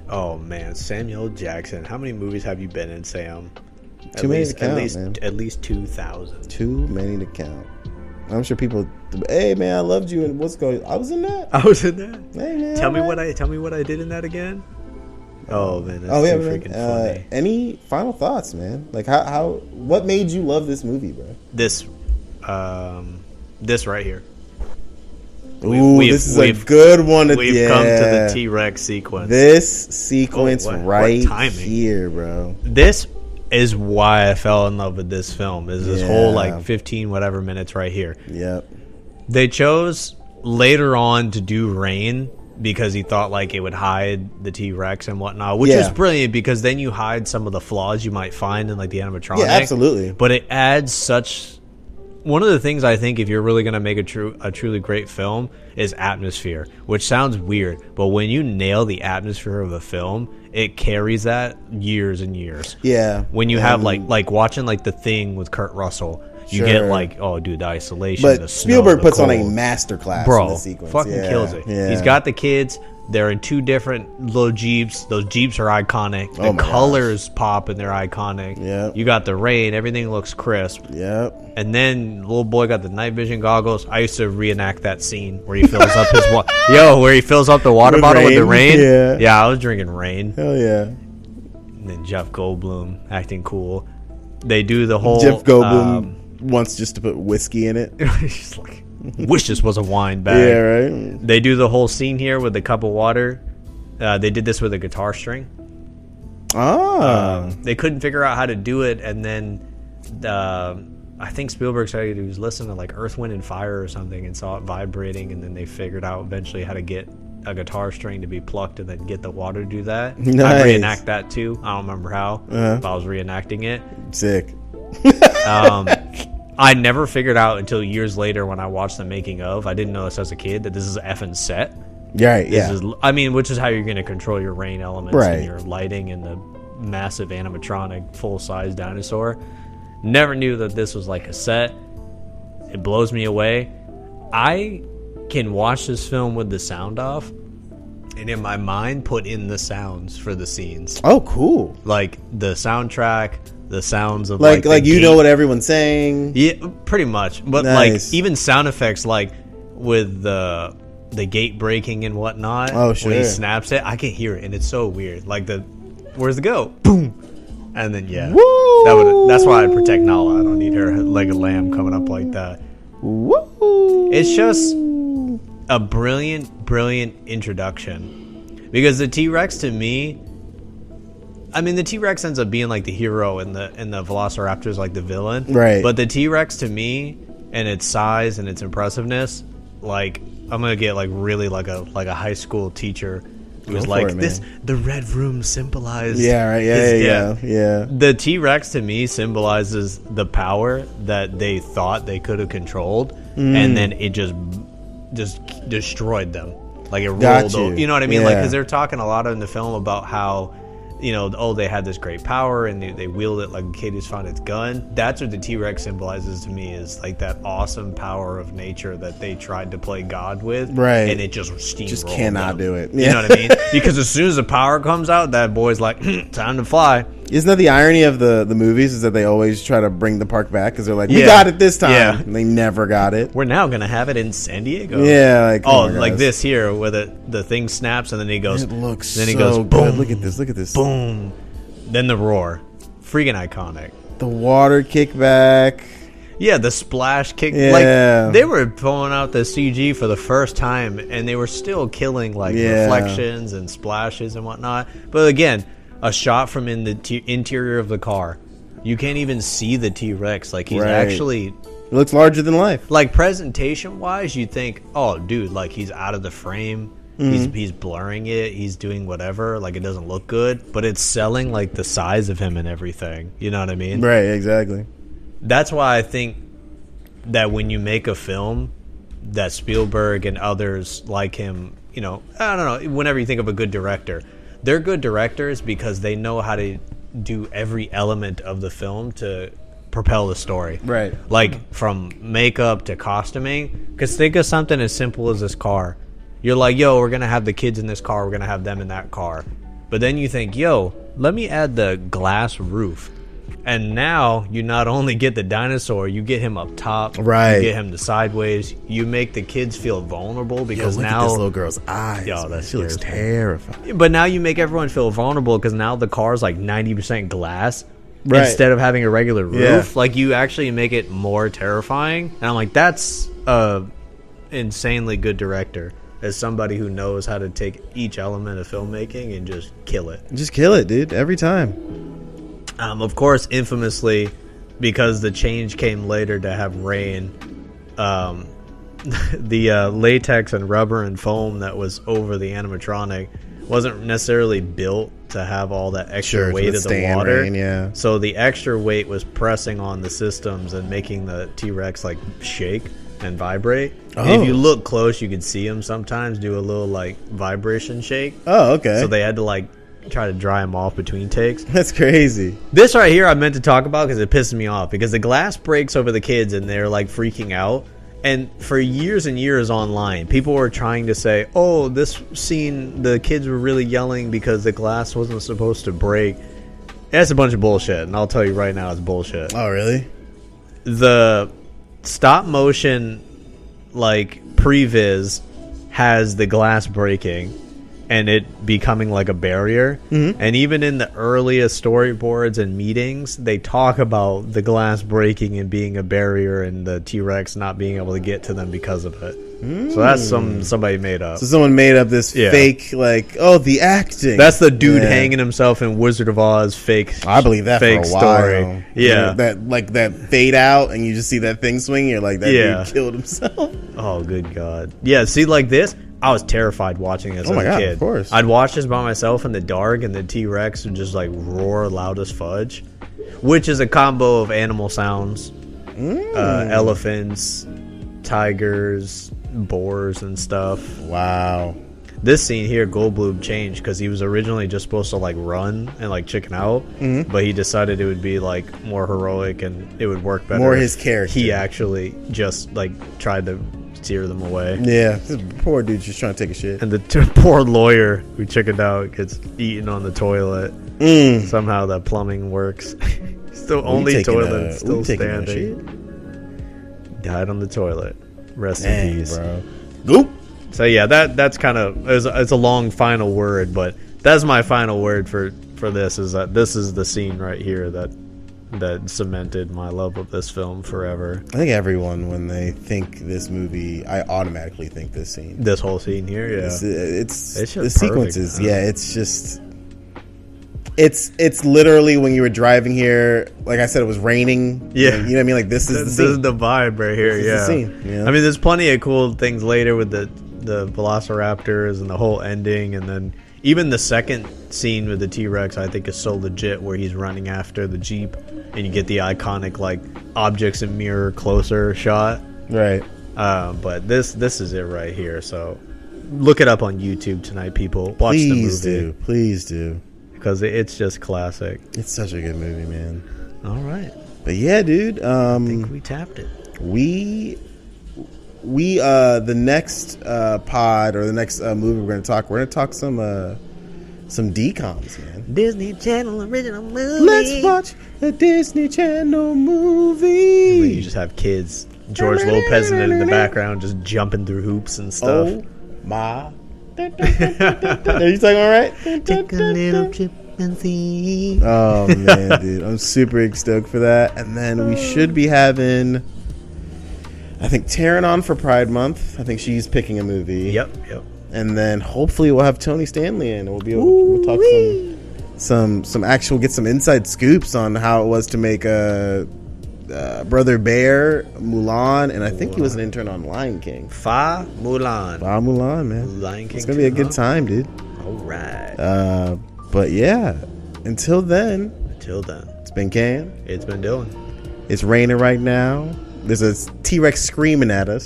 C: Oh man, Samuel Jackson. How many movies have you been in, Sam?
B: Too many to
C: least,
B: count,
C: at least
B: man.
C: at least two thousand.
B: Too many to count. I'm sure people. Hey man, I loved you. And what's going? I was in that.
C: I was in that.
B: Hey man,
C: Tell me
B: alright.
C: what I tell me what I did in that again. Oh man, that's
B: Oh yeah,
C: too
B: man.
C: freaking
B: Uh,
C: funny.
B: any final thoughts, man? Like how, how? What made you love this movie, bro?
C: This, um, this right here.
B: Ooh,
C: we've-
B: this is a
C: we've-
B: good one. To,
C: We've come to
B: yeah.
C: the T Rex sequence. This,
B: This sequence
C: Oh, what- what
B: right
C: timing.
B: here, bro.
C: is why I fell in love with this film. Is this whole
B: Yeah.
C: like fifteen whatever minutes right here?
B: Yep.
C: They chose later on to do Rain because he thought like it would hide the T Rex and whatnot, which
B: Yeah.
C: is brilliant because then you hide some of the flaws you might find in like the animatronic.
B: Yeah, absolutely.
C: But it adds such. One of the things I think if you're really going to make a true a truly great film is atmosphere, which sounds weird, but when you nail the atmosphere of a film, it carries that years and years
B: Yeah.
C: when you have
B: Um,
C: like like watching like the thing with Kurt Russell, you get
B: Sure.
C: like oh dude the isolation. the
B: Mm-hmm. but
C: snow,
B: Spielberg
C: the
B: puts on a
C: cold.
B: masterclass
C: bro
B: in the sequence.
C: fucking
B: Yeah,
C: kills it.
B: yeah.
C: He's got the kids. They're in two different little jeeps. Those jeeps are iconic. The
B: Oh my gosh.
C: colors pop and they're iconic.
B: Yeah.
C: you got the rain. Everything looks crisp.
B: Yep.
C: And then little boy got the night vision goggles. I used to reenact that scene where he fills up his wa- yo, where he fills up the water
B: With
C: bottle with the
B: rain?
C: rain.
B: Yeah.
C: yeah, I was drinking rain
B: Hell yeah.
C: and then Jeff Goldblum acting cool. They do the whole
B: Jeff Goldblum
C: um,
B: wants just to put whiskey in it.
C: just like, wish this was a wine bag.
B: Yeah, right.
C: They do the whole scene here with the cup of water. Uh, they did this with a guitar string.
B: Ah,
C: They couldn't figure out how to do it, and then um I think Spielberg said he was listening to like Earth, Wind, and Fire or something, and saw it vibrating, and then they figured out eventually how to get a guitar string to be plucked and then get the water to do that.
B: Nice. Uh-huh.
C: I reenact that too. I don't remember how, but I was reenacting it.
B: sick.
C: I never figured out until years later when I watched the making of. I didn't know this as a kid that this is effing set.
B: Right.
C: This
B: Yeah.
C: is, I mean, which is how you're going to control your rain elements
B: Right.
C: and your lighting and the massive animatronic full size dinosaur. Never knew that this was like a set. It blows me away. I can watch this film with the sound off and in my mind put in the sounds for the scenes.
B: oh, cool.
C: Like the soundtrack, the sounds of
B: Like, like,
C: the
B: you know
C: gate.
B: what everyone's saying.
C: Yeah, pretty much. But
B: Nice.
C: like even sound effects, like with the the gate breaking and whatnot.
B: Oh,
C: When he
B: sure.
C: snaps it, I can hear it, and it's so weird. Like the where's the go? Boom, and then yeah,
B: Woo!
C: that would. That's why I protect Nala. I don't need her like a lamb coming up like that.
B: Woo!
C: It's just a brilliant, brilliant introduction. Because the T Rex to me I mean the T Rex ends up being like the hero and the and the Velociraptor's like the villain.
B: Right.
C: But the T Rex to me and its size and its impressiveness, like I'm gonna get like really like a like a high school teacher who's
B: for
C: like
B: it, man.
C: this the red room symbolized
B: yeah. Right. Yeah.
C: his
B: Yeah.
C: death."
B: Yeah. yeah.
C: the T Rex to me symbolizes the power that they thought they could have controlled,
B: Mm.
C: and then it just just destroyed them. Like it
B: Got
C: rolled.
B: you.
C: You. you know what I mean? Like
B: Yeah.
C: because they're talking a lot in the film about how you know oh they had this great power and they, they wield it like a kid who's found its gun. That's what the T Rex symbolizes to me is like that awesome power of nature that they tried to play God with,
B: Right.
C: And it just steamrolled.
B: Just cannot
C: them.
B: do it.
C: You know what I mean? Because as soon as the power comes out, that boy's like, "Hmm, time to fly.
B: Isn't that the irony of the the movies? Is that they always try to bring the park back because they're like, we
C: Yeah.
B: got it this time.
C: Yeah.
B: And they never got it.
C: we're now gonna have it in San Diego.
B: Yeah, like, oh
C: oh,
B: my
C: like
B: gosh.
C: this here where the the thing snaps and then he goes.
B: It looks.
C: Then he
B: so
C: goes
B: good.
C: boom.
B: Look at this. Look at this.
C: Boom. Then the roar, freaking iconic.
B: The water kickback.
C: Yeah, the splash kick.
B: Yeah.
C: Like they were pulling out the CG for the first time, and they were still killing like
B: Yeah.
C: reflections and splashes and whatnot. But again, a shot from in the t- interior of the car, you can't even see the T Rex. Like he's
B: Right.
C: actually
B: It looks larger than life.
C: like presentation wise, you think, oh, dude, like he's out of the frame. He's he's blurring it. He's doing whatever. Like it doesn't look good, but it's selling like the size of him and everything. You know what I mean?
B: Right. Exactly.
C: That's why I think that when you make a film, that Spielberg and others like him, you know, I don't know. Whenever you think of a good director, they're good directors because they know how to do every element of the film to propel the story
B: Right.
C: like from makeup to costuming. Because think of something as simple as this car. You're like, yo, we're gonna have the kids in this car. We're gonna have them in that car. But then you think, yo, let me add the glass roof. And now you not only get the dinosaur, you get him up top,
B: Right.
C: You get him to sideways. You make the kids feel vulnerable because
B: look at
C: now
B: this little girl's eyes.
C: Yo,
B: man.
C: that
B: she looks
C: scares me.
B: terrifying.
C: but now you make everyone feel vulnerable because now the car's like 90% glass
B: Right.
C: instead of having a regular roof.
B: Yeah.
C: Like you actually make it more terrifying. And I'm like, that's a insanely good director as somebody who knows how to take each element of filmmaking and just kill it.
B: Just kill it, dude. Every time.
C: Um, of course, infamously, because the change came later to have rain, um, the uh, latex and rubber and foam that was over the animatronic wasn't necessarily built to have all that extra
B: Sure, to
C: weight of the
B: withstand
C: water.
B: rain, yeah.
C: So the extra weight was pressing on the systems and making the T Rex like shake and vibrate. And
B: Oh.
C: if you look close, you could see them sometimes do a little like vibration shake.
B: Oh, okay.
C: So they had to like try to dry them off between takes.
B: That's crazy.
C: This right here I meant to talk about because it pisses me off because the glass breaks over the kids and they're like freaking out. And for years and years online, people were trying to say, "Oh, this scene, the kids were really yelling because the glass wasn't supposed to break." That's a bunch of bullshit, and I'll tell you right now, it's bullshit.
B: Oh, really?
C: The stop motion, like previs, has the glass breaking and it becoming like a barrier.
B: Mm-hmm.
C: And even in the earliest storyboards and meetings, they talk about the glass breaking and being a barrier, and the T Rex not being able to get to them because of it. So that's some somebody made up.
B: Mm. So someone made up this
C: Yeah.
B: fake, like, oh, the acting.
C: That's the dude
B: Yeah.
C: hanging himself in Wizard of Oz fake.
B: I believe that
C: fake
B: for a while.
C: story. Yeah.
B: that like that fade out, and you just see that thing swing. You're like, that
C: Yeah.
B: dude killed himself.
C: Oh, good God. Yeah, see, like this, I was terrified watching this
B: Oh
C: as
B: my
C: a
B: God,
C: kid.
B: of course.
C: I'd watch this by myself in the dark, and the T Rex would just like roar loud as fudge, which is a combo of animal sounds uh,
B: Mm.
C: elephants, tigers, boars, and stuff.
B: Wow.
C: This scene here, Goldblum changed because he was originally just supposed to like run and like chicken out,
B: Mm-hmm.
C: but he decided it would be like more heroic and it would work better.
B: More
C: if
B: his character.
C: He actually just like tried to steer them away.
B: Yeah, this poor dude just trying to take a shit.
C: and the t- poor lawyer who chickened out gets eaten on the toilet. Somehow that plumbing works. still only
B: Mm. taking
C: toilet
B: a-
C: still
B: we taking a
C: standing. Died on the toilet. Rest in
B: Dang,
C: peace.
B: bro. Goop.
C: So yeah, that that's kind of it's, it's a long final word, but that's my final word for for this is that this is the scene right here that that cemented my love of this film forever.
B: I think everyone, when they think this movie, I automatically think this scene.
C: This whole scene here, yeah.
B: It's, it's,
C: It's
B: the
C: just perfect,
B: sequences.
C: man.
B: yeah, it's just it's it's literally when you were driving here. Like I said, it was raining.
C: Yeah.
B: you know what I mean. Like this is the
C: this
B: scene.
C: is the vibe right here.
B: This is the
C: yeah.
B: scene, yeah.
C: I mean, there's plenty of cool things later with the the Velociraptors and the whole ending, and then even the second scene with the T Rex, I think, is so legit where he's running after the jeep, and you get the iconic like objects and mirror closer shot.
B: right.
C: Uh, but this this is it right here. So look it up on YouTube tonight, people. Watch
B: Please
C: the
B: do.
C: movie
B: Please do.
C: because it's just classic.
B: It's such a good movie, man.
C: All right,
B: But yeah, dude. Um,
C: I think we tapped it.
B: we we uh the next uh pod or the next uh movie we're gonna talk we're gonna talk some uh some decoms man
C: Disney Channel original movie.
B: let's watch the disney channel movie
C: when you just have kids, George Lopez in it in the background, just jumping through hoops and stuff.
B: oh my are you talking all right
E: Take a little trip and see.
B: oh man dude i'm super stoked for that and then we should be having i think taryn on for pride month i think she's picking a movie
C: Yep, yep.
B: and then hopefully we'll have Tony Stanley in. and We'll be able we'll talk some some some actual get some inside scoops on how it was to make a uh, uh, brother Bear Mulan, and I think he was an intern on Lion King.
C: Fa Mulan.
B: Ah, Mulan, man,
C: Lion King.
B: it's gonna be a good time, dude.
C: All right.
B: Uh, but yeah, until then,
C: Until then,
B: it's been Can.
C: it's been Dylan.
B: It's raining right now. There's a T Rex screaming at us,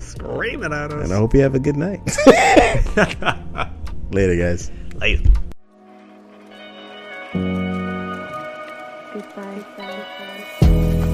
C: Screaming at us.
B: and I hope you have a good night. Later, guys.
C: Later.
F: Goodbye.